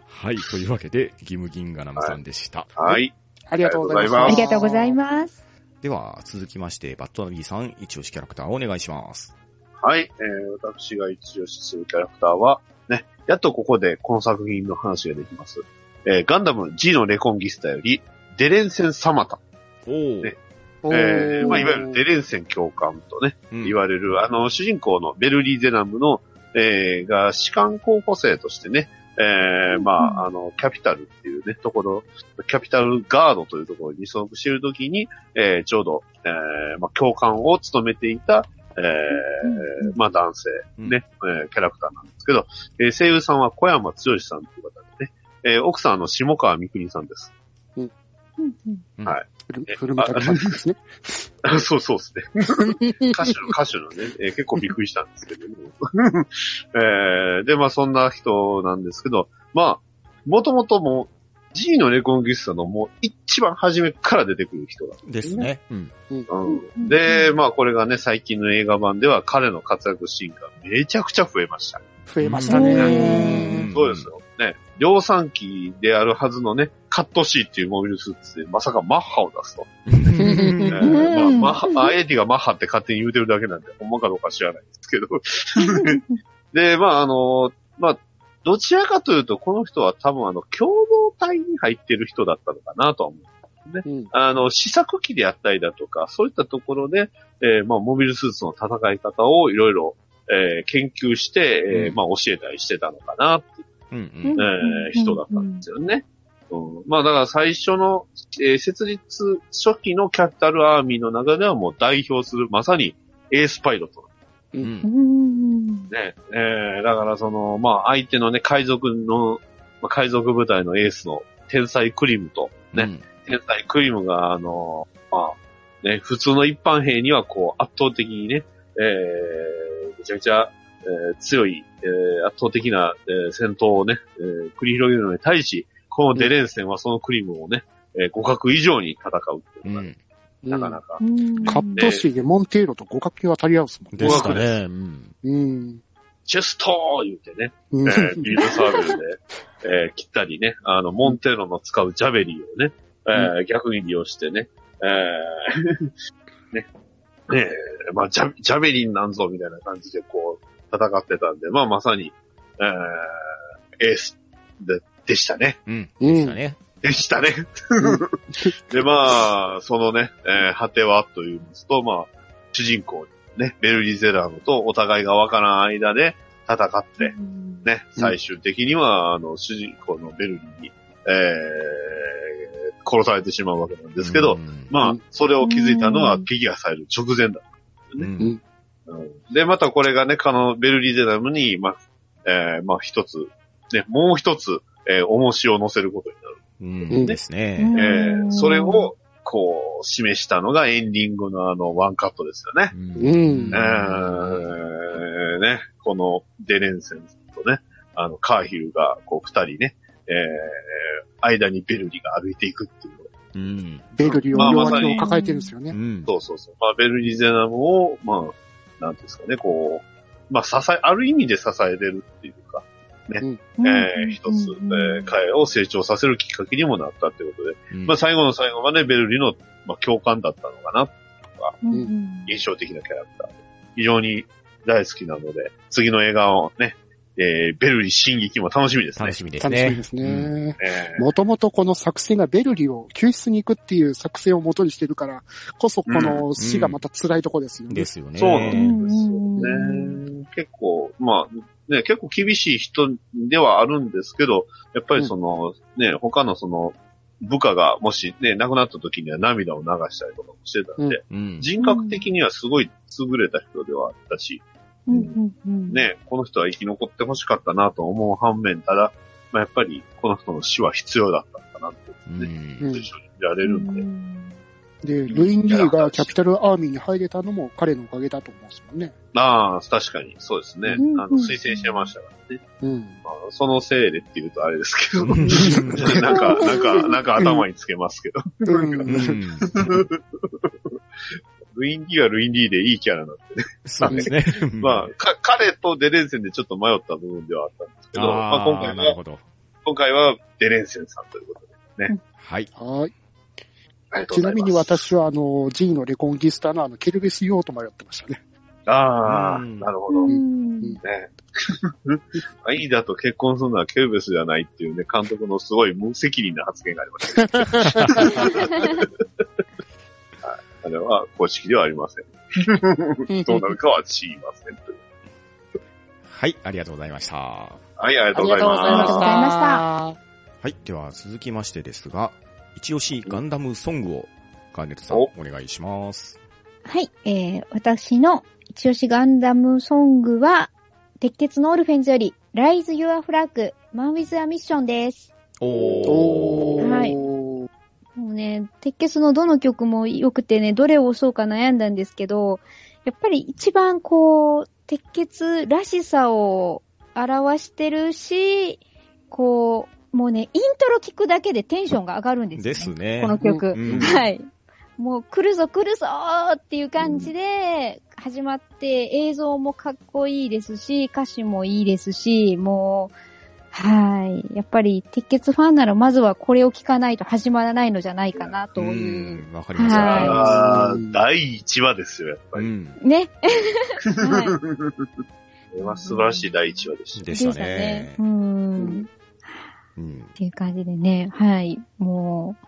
Speaker 3: はい、というわけで、ギムギンガナムさんでした。
Speaker 1: はい。
Speaker 2: ありがとうございます。
Speaker 4: (laughs) ありがとうございます。
Speaker 3: では、続きまして、バットナビーさん、一押しキャラクターをお願いします。
Speaker 1: はい。えー、私が一押しするキャラクターは、ね、やっとここでこの作品の話ができます。えー、ガンダム G のレコンギスタより、デレンセン・サマタ。
Speaker 3: おお
Speaker 1: ね
Speaker 2: おー
Speaker 1: えー、まあ、いわゆるデレンセン教官とね、
Speaker 3: うん
Speaker 1: 言われる、あの、主人公のベルリー・ゼナムの、えー、が、士官候補生としてね、えー、まあ、あの、キャピタルっていうね、ところ、キャピタルガードというところに所属しているときに、えー、ちょうど、えー、まあ、教官を務めていた、え
Speaker 4: うんう
Speaker 1: ー、まあ、男性、
Speaker 3: うん
Speaker 1: ね、えーキャラクターなんですけど、えー、声優さんは小山剛さんという方でね、えー、奥さんはあの、下川みくりさんです。
Speaker 4: うんうん
Speaker 2: フルフルメタルパンチですね。
Speaker 1: (laughs) そうそうですね。歌手の、歌手のね、えー結構びっくりしたんですけどね。 (laughs) えーで、まあそんな人なんですけど、まあ、もともともう G のレコンギスタのもう一番初めから出てくる人だ。
Speaker 3: ですね。うん。
Speaker 1: うん、で、まあこれがね、最近の映画版では彼の活躍シーンがめちゃくちゃ増えました。
Speaker 2: 増えましたね。
Speaker 1: そうですよ。ね。量産機であるはずのね、カットシーっていうモビルスーツでまさかマッハを出すと。え
Speaker 3: う
Speaker 1: ー
Speaker 3: ん。
Speaker 1: まあ、
Speaker 4: うん
Speaker 1: マッハ、まあ、エディがマッハって勝手に言うてるだけなんで、ほんまかどうか知らないですけど。で、まあ、あの、まあ、どちらかというと、この人は多分あの、共同体に入ってる人だったのかなとは思う。
Speaker 2: うん
Speaker 1: あの、試作機であったりだとか、そういったところで、えーまあ、モビルスーツの戦い方をいろいろ、えー研究して、えー
Speaker 3: うん
Speaker 1: まあ、教えたりしてたのかなっていう
Speaker 3: うん
Speaker 4: うん
Speaker 1: えー人だったんですよね。うんまあだから最初の、えー設立初期のキャピタルアーミーの中ではもう代表する、まさにエースパイロット
Speaker 3: う。
Speaker 4: うんん
Speaker 1: なんですね。えーだからその、まあ相手のね、海賊の、まあ海賊部隊のエースの天才クリムと、ね
Speaker 3: うん。
Speaker 1: 天才クリムが、あの、まあ、ね、普通の一般兵にはこう圧倒的にね、えー、めちゃくちゃ、えー強い、えー圧倒的な、えー戦闘をね、えー繰り広げるのに対し、このデレンセンはそのクリムをね、えー互角以上に戦うっていうの
Speaker 3: う
Speaker 1: が、
Speaker 3: ん。
Speaker 1: なかなか。
Speaker 4: うん
Speaker 2: カットシーでモンテーロと互角形渡り合うっすもん
Speaker 3: でしたね。うん。
Speaker 2: うん。
Speaker 1: チェストー言うてね、
Speaker 2: う
Speaker 1: え
Speaker 2: ん。
Speaker 1: ービールサーベルで、えー切ったりね、あの、モンテーロの使うジャベリーをね、えー逆に利用してね、えー (laughs) ね、ねえまあジャ、ジャベリンなんぞみたいな感じでこう、戦ってたんで、まあまさに、えーエースで、でしたね。
Speaker 3: うん。
Speaker 2: うん
Speaker 3: でしたね。
Speaker 1: でしたね
Speaker 2: うん。
Speaker 1: で、まあ、そのね、えー果てはと言いますと、まあ、主人公、ね、ベルリゼラームとお互いがわからん間で戦って、ね、最終的には、あの、主人公のベルリーに、えー殺されてしまうわけなんですけど、
Speaker 3: うん
Speaker 1: ま
Speaker 2: う
Speaker 1: あ
Speaker 2: ん、
Speaker 1: それを気づいたのは
Speaker 4: うん
Speaker 1: フィギュアされる直前だ。
Speaker 3: うん
Speaker 1: うんで、またこれがね、このベルリゼラムに、まあ、えーまあ、一つ、ね、もう一つ、えー重しを乗せることになる。
Speaker 3: うん。ですね。
Speaker 1: え
Speaker 4: う
Speaker 1: ー
Speaker 4: ん
Speaker 1: それを、こう、示したのがエンディングのあの、ワンカットですよね。
Speaker 2: うん
Speaker 1: えーね、このデレンセンとね、あの、カーヒルが、こう、二人ね、えー間にベルリが歩いていくっていう。
Speaker 3: うん。
Speaker 2: ベルリを
Speaker 1: まあ
Speaker 2: 両
Speaker 1: まさ
Speaker 2: 脇
Speaker 1: に
Speaker 2: を抱えてるんですよ
Speaker 3: う
Speaker 2: ね。
Speaker 3: ん。
Speaker 1: そうそうそう。まあ、ベルリゼナムを、まあ、なんていうんですかね、こう、まあ、支え、ある意味で支えてるっていうか、えー一つ、えー彼を成長させるきっかけにもなったってことで、
Speaker 3: うん
Speaker 1: まあ、最後の最後までベルリの、まあ、共感だったのかな
Speaker 4: うん
Speaker 2: う
Speaker 1: 印象的なキャラクター。非常に大好きなので、次の映画をね、えー、ベルリ進撃も楽しみですね
Speaker 3: 楽。しみです
Speaker 2: 楽しみ
Speaker 3: ね
Speaker 2: で。すね。
Speaker 1: えー
Speaker 2: もともとこの作戦がベルリを救出に行くっていう作戦を元にしてるから、こそこの死がまた辛いとこですよね。
Speaker 3: ですよね。
Speaker 1: そうなんです
Speaker 4: ね
Speaker 1: ね結構、まあ、ね、結構厳しい人ではあるんですけど、やっぱりその、ね、他のその、部下がもしね、亡くなった時には涙を流したりとかもしてたんで、
Speaker 3: うん。
Speaker 1: 人格的にはすごい優れた人ではあったし、ね、この人は生き残ってほしかったなと思う反面、ただ、まあ、やっぱりこの人の死は必要だったんだなって、
Speaker 3: うん
Speaker 2: うん
Speaker 1: 一緒に見られるんで、
Speaker 2: で、ルイン・リーがキャピタルアーミーに入れたのも彼のおかげだと思うんですもんね。
Speaker 1: ああ、確かに、そうですね。
Speaker 4: うん
Speaker 1: あの、推薦してましたからね。
Speaker 2: うん。
Speaker 1: まあ、そのせいでって言うとあれですけど、 (laughs)
Speaker 3: うん
Speaker 1: なんか、なんか、なんか頭につけますけど。
Speaker 2: うん
Speaker 3: うん。
Speaker 1: ルインディはルインディでいいキャラなんで。
Speaker 3: そうですね。
Speaker 1: まあ、か、彼とデレンセンでちょっと迷った部分ではあったんですけど、まあ、今
Speaker 3: あー、
Speaker 1: 回
Speaker 3: なる
Speaker 1: は、
Speaker 3: ほど。
Speaker 1: 今回はデレンセンさんということで。
Speaker 3: はい。
Speaker 2: はい。
Speaker 1: ありがとう
Speaker 2: ち
Speaker 1: ござ
Speaker 2: ない
Speaker 1: ます
Speaker 2: みに。私は、あの、G のレコンギスタのあの、ケルベス用と迷ってましたね。
Speaker 1: ああ、
Speaker 3: うん
Speaker 1: なるほど。
Speaker 4: う
Speaker 1: ね。 (laughs)
Speaker 4: ん。
Speaker 1: アイダと結婚するのはケルベスじゃないっていうね、監督のすごい無責任な発言がありました
Speaker 4: (laughs)
Speaker 1: ね、はいあれは公式ではありません。
Speaker 4: (laughs)
Speaker 1: どうなるかは知りませんという。
Speaker 3: はい、ありがとうございました。は
Speaker 1: はい、ありがとうござい
Speaker 4: ありがとう
Speaker 1: ま
Speaker 4: ございました。
Speaker 3: い、では続きましてですが、一押しガンダムソングをガーネットさん
Speaker 1: お
Speaker 3: お願いします。
Speaker 4: はい、えー、私の一押しガンダムソングは、鉄血のオルフェンズより、Rise Your Flag, Man with a Mission です。
Speaker 3: おー。
Speaker 4: はい
Speaker 2: おー
Speaker 4: もうね、鉄血のどの曲も良くてね、どれを押そうか悩んだんですけど、やっぱり一番こう、鉄血らしさを表してるし、こう、もうね、イントロ聞くだけでテンションが上がるんですよ、
Speaker 3: ですね
Speaker 4: ね。こ。の曲。
Speaker 3: うん
Speaker 4: はい。もう来るぞ来るぞーっていう感じで始まって映像もかっこいいですし、歌詞もいいですし、もう、はい。やっぱり鉄血ファンならまずはこれを聞かないと始まらないのじゃないかなと
Speaker 3: う
Speaker 4: いう。
Speaker 3: ん、わかりまし
Speaker 1: す。
Speaker 3: た。
Speaker 4: はい
Speaker 1: あー第1話ですよ、やっぱ
Speaker 3: う
Speaker 1: り。
Speaker 3: ん。 (laughs)
Speaker 4: ね。は
Speaker 1: これは素晴らしい第1話でした。
Speaker 3: で
Speaker 4: い。
Speaker 3: したね
Speaker 4: う。ん。
Speaker 3: うん。
Speaker 4: っていう感じでね、はい、もう、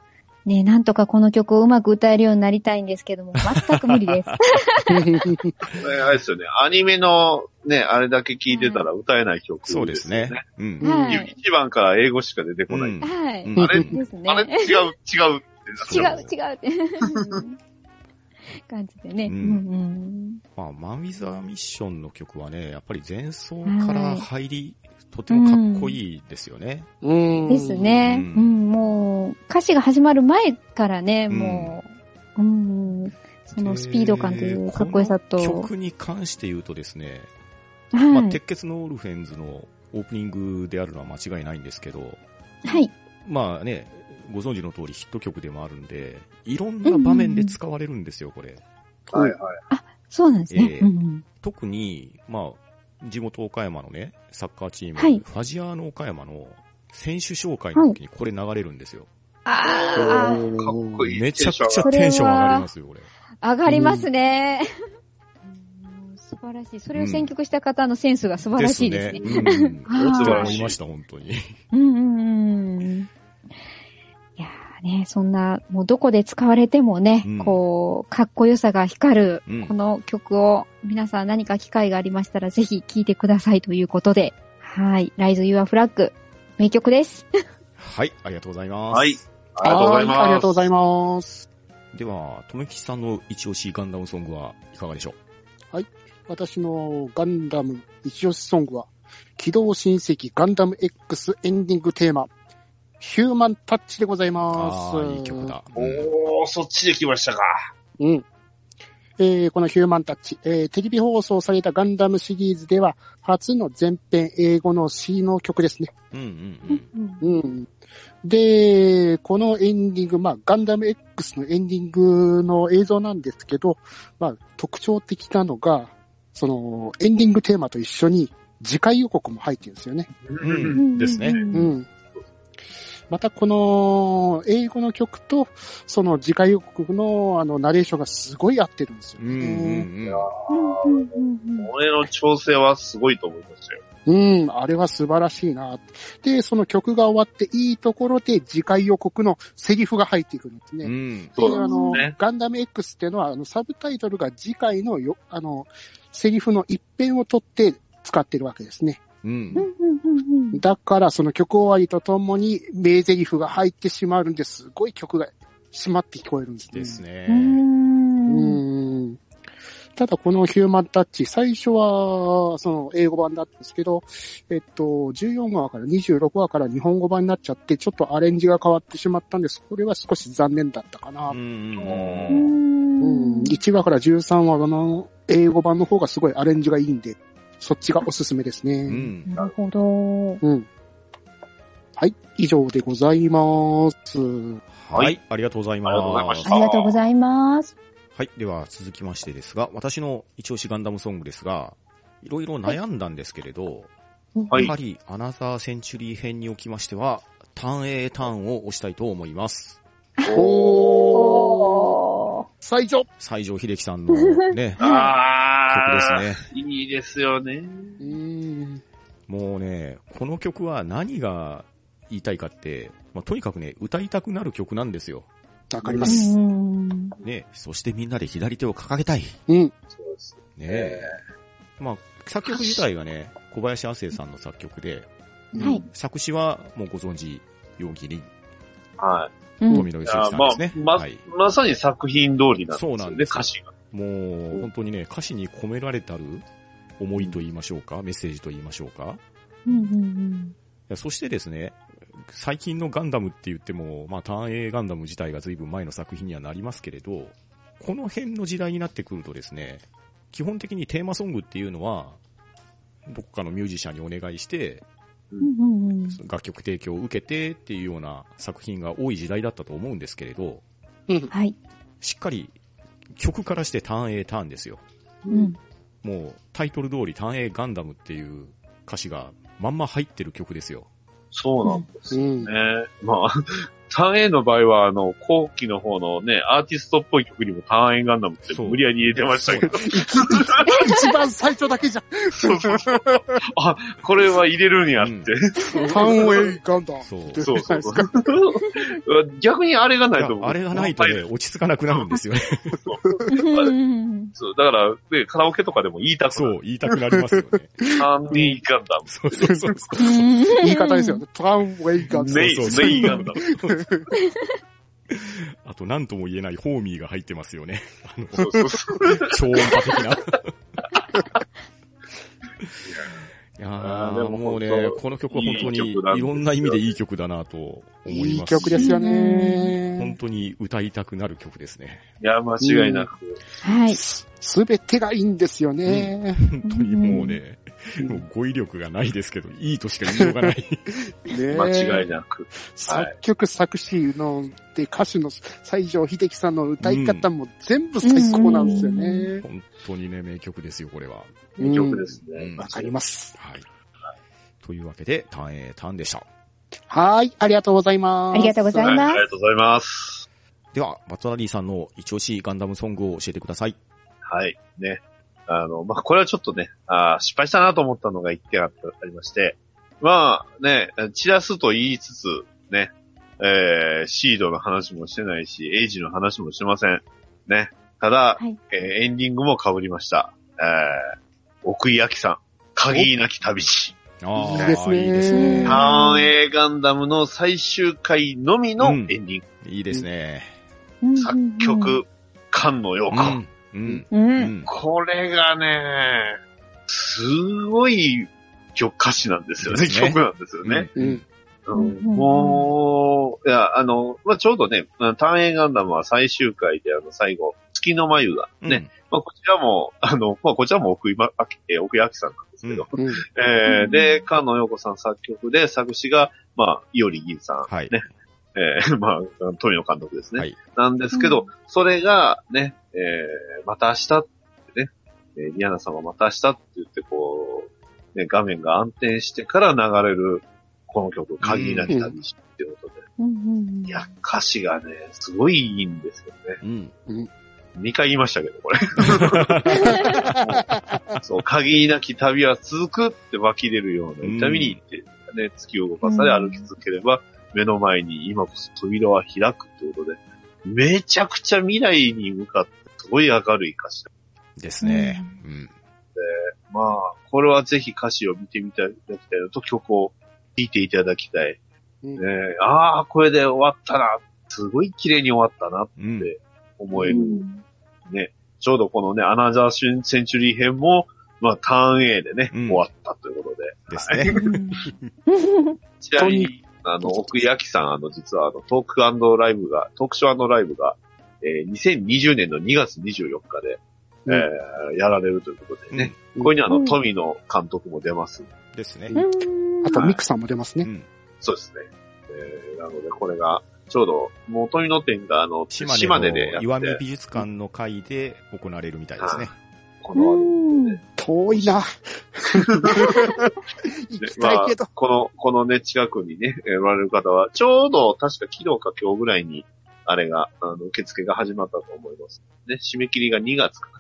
Speaker 4: ね、なんとかこの曲をうまく歌えるようになりたいんですけども、全く無理です。
Speaker 1: これあれですよね、アニメのね、あれだけ聞いてたら歌えない曲、
Speaker 3: そうですね。。 (laughs) うん。
Speaker 4: は
Speaker 1: 1
Speaker 4: い。
Speaker 1: 番から英語しか出てこない。
Speaker 3: うん
Speaker 4: はい。
Speaker 3: うん
Speaker 1: あれ、
Speaker 4: ですね。
Speaker 1: あれ違う、違うってなっ
Speaker 4: 違
Speaker 1: ち
Speaker 4: う
Speaker 1: ゃう。、
Speaker 4: 違うって。 (laughs) 感じでね。
Speaker 3: う
Speaker 4: うんん、
Speaker 3: まあ、マン・ウィザー・ミッションの曲はね、やっぱり前奏から入り、とてもかっこいいですよね。
Speaker 4: うん。
Speaker 2: で
Speaker 4: です。ね、
Speaker 3: う
Speaker 4: うんん。もう、歌詞が始まる前からね、
Speaker 3: うん
Speaker 4: もう、うん、そのスピード感というかっこよさ
Speaker 3: で
Speaker 4: と
Speaker 3: の。曲に関して言うとですね、まあ、
Speaker 4: は
Speaker 3: 鉄血のオルフェンズのオープニングであるのは間違いないんですけど、
Speaker 4: い。はい。
Speaker 3: まあね、ご存知の通りヒット曲でもあるんで、いろんな場面で使われるんですよ、これ。
Speaker 1: はいはい。
Speaker 4: そうなんですね。
Speaker 3: えー
Speaker 4: うん
Speaker 3: 特に、まあ、地元岡山のね、サッカーチーム、
Speaker 4: はい
Speaker 3: ファジアーノ岡山の選手紹介の時にこれ流れるんですよ。
Speaker 4: あ
Speaker 1: かっこいい。
Speaker 3: めちゃくちゃ
Speaker 4: これは
Speaker 3: テンション上がりますよ、これ。
Speaker 4: あ、上がりますね。うん素晴らしい。それを選曲した方のセンションが素晴らしいですね。
Speaker 3: ですね。
Speaker 4: (laughs)
Speaker 3: うん。
Speaker 4: はい
Speaker 3: 素晴らしい。思いました、本当に。
Speaker 4: うんうんうんうん。いやーね、そんな、もうどこで使われてもね、
Speaker 3: うん
Speaker 4: こう、かっこよさが光る、
Speaker 3: うん
Speaker 4: この曲を、皆さん何か機会がありましたら、ぜひ聴いてくださいということで、はい、Rise Your Flag、名曲です。
Speaker 3: はい、ありがとうございます。
Speaker 1: はい。ありがとうござ
Speaker 2: は
Speaker 1: い
Speaker 2: い
Speaker 1: ます。
Speaker 2: ありがとうございます。
Speaker 3: では、とめきちさんの一押しガンダムソングはいかがでしょう
Speaker 2: 私のガンダム一押しソングは、機動新世紀ガンダム X エンディングテーマ、ヒューマンタッチでございます。
Speaker 3: ああ、いい曲。だ。うん
Speaker 1: おー、そっちで来ましたか。
Speaker 2: うん。えーこのヒューマンタッチ、えーテレビ放送されたガンダムシリーズでは、初の全編英語の C の曲ですね。
Speaker 3: うんうん
Speaker 2: うん。で、このエンディング、まあ、ガンダム X のエンディングの映像なんですけど、まあ、特徴的なのが、その、エンディングテーマと一緒に、次回予告も入ってるんですよね。
Speaker 3: う
Speaker 1: うん
Speaker 3: ん。ですね。
Speaker 2: うん。また、この、英語の曲と、その次回予告の、あの、ナレーションがすごい合ってるんですよ
Speaker 3: うんう
Speaker 2: ね。
Speaker 3: んうん。
Speaker 4: うんうんうんうん
Speaker 1: 俺の調整はすごいと思いましたよ。
Speaker 2: うん、あれは素晴らしいな。で、その曲が終わっていいところで、次回予告のセリフが入ってくるんですね。
Speaker 3: うん。
Speaker 1: そう
Speaker 2: あの、
Speaker 1: ね
Speaker 2: ガンダム X っていうのは、あの、サブタイトルが次回のよ、あの、セリフの一編を取って使ってるわけですね。
Speaker 3: うん
Speaker 4: うんうんうんうん
Speaker 2: だから、その曲終わりとともに、名台詞が入ってしまうんですごい曲が締まって聞こえるんですね。
Speaker 3: ですね
Speaker 4: う
Speaker 2: う
Speaker 4: ー。
Speaker 2: んん。ただこのヒューマンタッチ、最初は、その英語版だったんですけど、えっと、14話から26話から日本語版になっちゃって、ちょっとアレンジが変わってしまったんです。これは少し残念だったかな
Speaker 3: う。ん
Speaker 4: う
Speaker 3: うんうん。
Speaker 2: うん
Speaker 4: ん。
Speaker 2: 1話から13話の英語版の方がすごいアレンジがいいんで、そっちがおすすめです
Speaker 3: う
Speaker 2: ね。
Speaker 3: ん。
Speaker 4: なるほど。
Speaker 2: うん。はい、以上でございます。
Speaker 1: はい
Speaker 3: はい、ありがとうございます。
Speaker 1: ありがとうございました
Speaker 4: ありがとうございます。
Speaker 3: はい。では、続きましてですが、私の一押しガンダムソングですが、いろいろ悩んだんですけれど、
Speaker 1: はい、
Speaker 3: やはりアナザーセンチュリー編におきましては、ターン A ターンを押したいと思います。
Speaker 2: おー
Speaker 4: おー。
Speaker 2: 最初
Speaker 3: 西城秀樹さんのね
Speaker 1: (laughs) あ
Speaker 3: 曲で
Speaker 1: あ、
Speaker 3: すね。
Speaker 1: いいですよね。
Speaker 2: うん。
Speaker 3: もうね、この曲は何が言いたいかって、まあ、とにかくね、歌いたくなる曲なんですよ。
Speaker 2: わかりま
Speaker 4: う
Speaker 2: す。
Speaker 4: ん。
Speaker 3: ね、そしてみんなで左手を掲げたい。
Speaker 2: うん。
Speaker 1: そうです。
Speaker 3: ねえ。まあ、作曲自体がね、小林亜生さんの作曲で、
Speaker 4: はい。
Speaker 3: 作詞はもうご存知、陽気に、
Speaker 1: は
Speaker 4: うん
Speaker 3: 富野
Speaker 1: い。
Speaker 3: 義
Speaker 1: あ
Speaker 3: 行
Speaker 1: ー
Speaker 3: さ
Speaker 1: まあ
Speaker 3: んですね。
Speaker 1: ま
Speaker 3: はい。
Speaker 1: まさに作品通りなんですよ
Speaker 3: そうなん
Speaker 1: ね、
Speaker 3: ですよ
Speaker 1: 歌詞が。
Speaker 3: もう、本当にね、歌詞に込められたる思いと言いましょうか、メッセージと言いましょうか。
Speaker 4: うんうん
Speaker 3: いやそしてですね、最近のガンダムって言っても、まあ、ターン A ガンダム自体が随分前の作品にはなりますけれど、この辺の時代になってくるとですね、基本的にテーマソングっていうのは、どこかのミュージシャンにお願いして、
Speaker 4: うんうんうんうん
Speaker 3: 楽曲提供を受けてっていうような作品が多い時代だったと思うんですけれど、
Speaker 2: うん。
Speaker 4: はい。
Speaker 3: しっかり曲からしてターン A ターンですよ。
Speaker 4: うん。
Speaker 3: もうタイトル通りターン A ガンダムっていう歌詞がまんま入ってる曲ですよ。
Speaker 1: そうなんです
Speaker 2: う
Speaker 1: よ
Speaker 2: ん。
Speaker 1: ね。まあ、 (laughs) ターン A の場合は、あの、後期の方のね、アーティストっぽい曲にもターン A ガンダムって
Speaker 3: そう
Speaker 1: 無理やり入れてましたけど、
Speaker 2: 一番最初だけじゃん。
Speaker 1: そうそうそうあ、これは入れるんやって。
Speaker 2: タンウェイガンダム。
Speaker 3: そう
Speaker 1: そうそうそう。 (laughs) 逆にあれがないと
Speaker 3: いやあれがないと
Speaker 1: と
Speaker 3: ね、落ち着かなくなるんですよね。
Speaker 4: うん
Speaker 1: そう、だから、ね、カラオケとかでも言いたくな
Speaker 3: そ
Speaker 1: る。
Speaker 3: う、言いたくなりますよね。
Speaker 1: ターン A ガンダム。
Speaker 3: そうそ
Speaker 1: (laughs)
Speaker 3: うそうそ
Speaker 2: 言い方ですよ。ね。タンウェイガンダム。
Speaker 1: ネイ、
Speaker 3: そうそう
Speaker 1: ネイガンダム。
Speaker 3: う。あと、なんとも言えないホーミーが入ってますよね。あの、
Speaker 1: そうそうそう。
Speaker 3: 超音波的な。いや
Speaker 1: あー
Speaker 3: ー
Speaker 1: でも
Speaker 3: もう
Speaker 1: 本
Speaker 3: ね、
Speaker 1: 当
Speaker 3: この曲は本当
Speaker 1: いい
Speaker 3: にい
Speaker 1: 曲なんですよ
Speaker 3: ろんな意味でいい曲だなと思います。
Speaker 2: いい曲ですよ
Speaker 3: 本
Speaker 2: ね。
Speaker 3: 当に歌いたくなる曲ですね。
Speaker 1: いや、間違いなく。
Speaker 4: はい。
Speaker 2: すべてがいいんですよね。
Speaker 3: 本当にもうね、もう語彙力がないですけど、いいとしか言いようがない。 (laughs)
Speaker 2: ね
Speaker 1: 間違いなく。
Speaker 2: 作曲、作詞の、で、歌手の西城秀樹さんの歌い方も全部最高なんですよね。
Speaker 3: 本当にね、名曲ですよ、これは。
Speaker 1: いい曲です
Speaker 3: う
Speaker 1: ね
Speaker 3: ん。
Speaker 2: わかります。
Speaker 3: はい。というわけで、ターン A ターンでした。
Speaker 2: はい、ありがとうございます。
Speaker 4: ありがとうござい
Speaker 1: は
Speaker 4: ま
Speaker 1: いありが
Speaker 4: す。
Speaker 1: とうございます。
Speaker 3: では、バトラリーさんの一押しガンダムソングを教えてください。
Speaker 1: はい。ね。あの、まあ、これはちょっとね、あー失敗したなと思ったのが一点あったありまして、まあね、散らすと言いつつ、ね、えー、シードの話もしてないし、エイジの話もしてません。ね。ただ、
Speaker 4: はい
Speaker 1: えーエンディングも被りました。えー、奥井明さん、鍵なき旅路。
Speaker 3: あー
Speaker 2: いいですね
Speaker 3: いいです
Speaker 4: うん
Speaker 3: ね。
Speaker 1: ターン A ガンダムの最終回のみのエンディング。
Speaker 3: いいですね。
Speaker 1: 作曲、菅野陽
Speaker 3: う
Speaker 1: 子。
Speaker 3: ん。うん。
Speaker 4: うん。う。
Speaker 3: うんん。
Speaker 1: これがね、すごい曲歌詞なんですよね。
Speaker 3: ですね
Speaker 1: 曲なんですよね。
Speaker 2: うん。
Speaker 1: うん
Speaker 4: うん
Speaker 1: もう、いや、あの、まあ、ちょうどね、あの単影ガンダムは最終回で、あの、最後、月の眉がね、まあ、こちらも、あの、まあ、こちらも奥井ま、あきえー奥井明さんなんですけど、
Speaker 2: うん。
Speaker 1: え
Speaker 4: う
Speaker 1: ー、
Speaker 4: ん
Speaker 1: で、菅野陽子さん作曲で、作詞が、まあ、伊織銀さん、
Speaker 3: はい。
Speaker 1: ねえー、 (laughs) まあ、富野監督ですね。
Speaker 3: はい
Speaker 1: なんですけど、
Speaker 4: うん
Speaker 1: それがね、えー、また明日ってね、えー、リアナさんがまた明日って言ってこう、ね、画面が暗転してから流れる、この曲、鍵なき旅しっていうことで、
Speaker 4: うん。
Speaker 1: いや、歌詞がね、すごいいいんですよね。
Speaker 3: うん。
Speaker 1: 2回言いましたけど、これ。そう、鍵なき旅は続くって湧き出るような痛みにって、ね、月を動かされ歩き続ければ、目の前に今こそ扉は開くってことで、めちゃくちゃ未来に向かって、すごい明るい歌詞で。
Speaker 3: ですね。うん。
Speaker 1: まあ、これはぜひ歌詞を見てみていただきたいのと、曲を聴いていただきたい。
Speaker 2: うん
Speaker 1: ね、ああ、これで終わったな。すごい綺麗に終わったなと
Speaker 3: うん。
Speaker 1: で思える、ね、ちょうどこのね、アナザーシンセンチュリー編も、まあ、ターン A でね、
Speaker 3: うん
Speaker 1: 終わったということで。
Speaker 3: ですね。
Speaker 1: ちなみに、あの、奥井明さん、あの、実はあの、トークライブが、トークショーライブが、えー2020年の2月24日で、
Speaker 2: うん
Speaker 1: えーやられるということでね。
Speaker 2: うん
Speaker 1: ここにあ
Speaker 4: う
Speaker 1: の、
Speaker 4: ん
Speaker 1: 富野監督も出ます。
Speaker 3: ですね。
Speaker 4: うん
Speaker 2: あと、ミクさんも出ます
Speaker 3: う
Speaker 2: ね。
Speaker 3: ん。
Speaker 1: そうですね。えーなので、これが、ちょうど、もう富野店が、あの、島
Speaker 3: 島
Speaker 1: 根
Speaker 3: 根の
Speaker 1: でやっ
Speaker 3: 岩見
Speaker 1: て、
Speaker 3: 美術館の会で行われるみたいですね。
Speaker 1: こ
Speaker 4: う
Speaker 1: の、
Speaker 4: ん
Speaker 2: 遠い
Speaker 3: (laughs)
Speaker 2: な。
Speaker 1: ね
Speaker 2: 行 (laughs) き
Speaker 1: ま
Speaker 2: たい
Speaker 1: あ
Speaker 2: けど。、
Speaker 1: この、このね、近くにね、えーおられる方は、ちょうど、確か昨日か今日ぐらいに、あれが、あの、受付が始まったと思います。ね、締め切りが2月か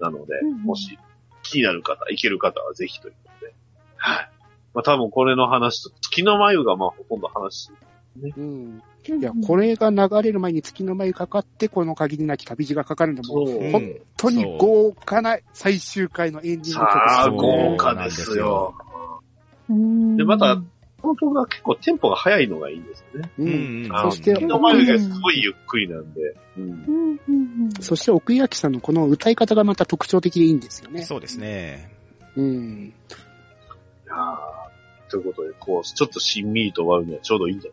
Speaker 1: な。なので、
Speaker 4: うんうん
Speaker 1: もし、気になる方、行ける方はぜひということで。はい。まあ多分これの話と、月の眉がまあほとんど話、
Speaker 2: うん。いや、これが流れる前に月の前かかって、この限りなき旅路がかかるんだもん。
Speaker 1: う
Speaker 3: うん
Speaker 1: ほん
Speaker 2: 本当に豪華な最終回のエンディング曲
Speaker 1: さあ、
Speaker 3: そう
Speaker 1: 豪華ですよ。
Speaker 4: うん
Speaker 1: で、また、この曲が結構テンポが速いのがいいんですよね。
Speaker 2: う。
Speaker 3: うんん。
Speaker 1: あ
Speaker 2: そ
Speaker 1: の
Speaker 2: して
Speaker 1: 月の眉毛すごいゆっくりなんで。うん
Speaker 4: う。んうんうん
Speaker 2: そして奥井明さんのこの歌い方がまた特徴的でいいんですよね。
Speaker 3: そうですね。
Speaker 2: うん。
Speaker 1: いやーということで、こう、ちょっとしんみりと終わるにはちょうどいいんじゃ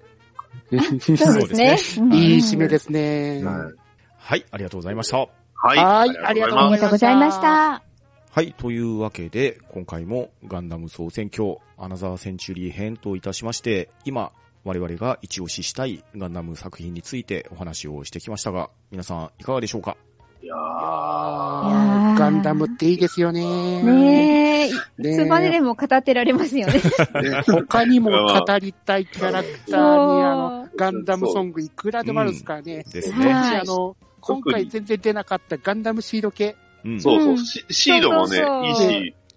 Speaker 2: (laughs)
Speaker 4: そうですね。。
Speaker 2: いい締めですすね。
Speaker 1: ない
Speaker 2: は
Speaker 3: はい、ありがとうございました。
Speaker 1: はい。
Speaker 2: はい
Speaker 4: ありがとうございました。
Speaker 3: はい、というわけで、今回もガンダム総選挙、アナザーセンチュリー編といたしまして、今、我々が一押ししたいガンダム作品についてお話をしてきましたが、皆さんいかがでしょうか
Speaker 1: いや
Speaker 2: や
Speaker 1: ー
Speaker 2: ーガンダムっていいですよね。
Speaker 4: ねえ、い
Speaker 2: ねえ
Speaker 4: つまででも語ってられますよね。
Speaker 2: 他にも語りたいキャラクターに、あの、
Speaker 4: そう。
Speaker 2: ガンダムソングいくらでもあるんですからね。
Speaker 3: です
Speaker 4: うん
Speaker 3: ね。
Speaker 4: はい
Speaker 2: あの、今回全然出なかったガンダムシード系、
Speaker 3: うん。
Speaker 1: そうそう、
Speaker 4: うん
Speaker 1: シシードもね、
Speaker 4: そうそう
Speaker 1: いい
Speaker 4: そう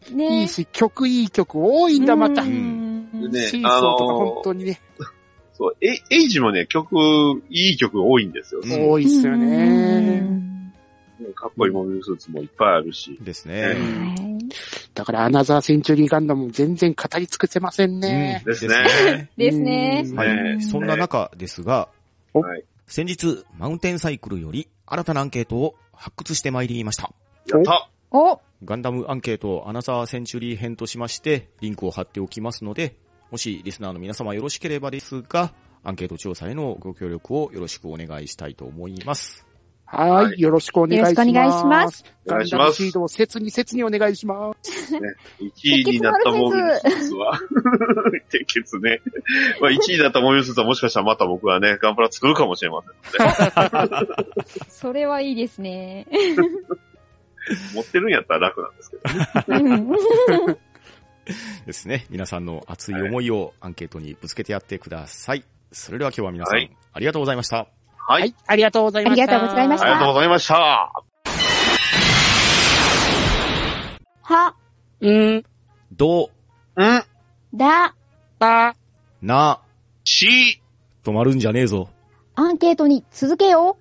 Speaker 1: し、
Speaker 4: ね
Speaker 2: いいし、曲いい曲多いんだ、また。
Speaker 4: う
Speaker 2: シ
Speaker 4: ん
Speaker 1: ね
Speaker 2: ー
Speaker 1: あ
Speaker 2: ソ
Speaker 1: の
Speaker 2: ーとか本当にね、
Speaker 1: そう、エイエイジもね、曲、いい曲多いんですよ。
Speaker 3: うん
Speaker 2: 多いっすよね。
Speaker 1: かっこいいモビルスーツもいっぱいあるし。
Speaker 3: です
Speaker 1: う
Speaker 3: ね。
Speaker 4: はい
Speaker 2: だから、アナザーセンチュリーガンダムも全然語り尽くせませんね。
Speaker 1: ですね
Speaker 3: ね
Speaker 4: ですね。
Speaker 2: うん
Speaker 3: は
Speaker 1: ね
Speaker 3: い。そんな中ですが、
Speaker 2: お
Speaker 1: はい。
Speaker 3: 先日、マウンテンサイクルより新たなアンケートを発掘してまいりました。
Speaker 1: やった
Speaker 4: お、
Speaker 3: ガンダムアンケートアナザーセンチュリー編としまして、リンクを貼っておきますので、もしリスナーの皆様よろしければですが、アンケート調査へのご協力をよろしくお願いしたいと思います。
Speaker 2: はい、
Speaker 1: はい
Speaker 2: よろしくお願いします。
Speaker 4: よろしくお願いします。
Speaker 1: お
Speaker 2: ガ
Speaker 1: 願
Speaker 2: ン
Speaker 1: いし
Speaker 2: ダム
Speaker 1: ま
Speaker 2: シ
Speaker 1: す
Speaker 2: ー。ドを切に切にお願いします。
Speaker 1: 1位になったモビルスーツは、 (laughs) 鉄血ね。まあ1位だったモビルスーツはもしかしたらまた僕はね、ガンプラ作るかもしれません。
Speaker 4: それはいいです (laughs) ね。
Speaker 1: 持ってるんやったら楽なんですけど。
Speaker 4: うん
Speaker 3: ですね。皆さんの熱い思いをアンケートにぶつけてやってください。それでは今日は皆さん、
Speaker 1: はい
Speaker 3: ありがとうございました。
Speaker 1: は。
Speaker 2: はいい、ありがとうございました。
Speaker 4: ありがとうございまし
Speaker 1: あ
Speaker 4: た
Speaker 1: りがとうございました。
Speaker 4: は、
Speaker 2: うん、
Speaker 3: ど、
Speaker 1: ん
Speaker 4: だ、
Speaker 2: ば、
Speaker 3: な、
Speaker 1: し
Speaker 3: 止まるんじゃねえぞ。
Speaker 4: アンケートに続けよう。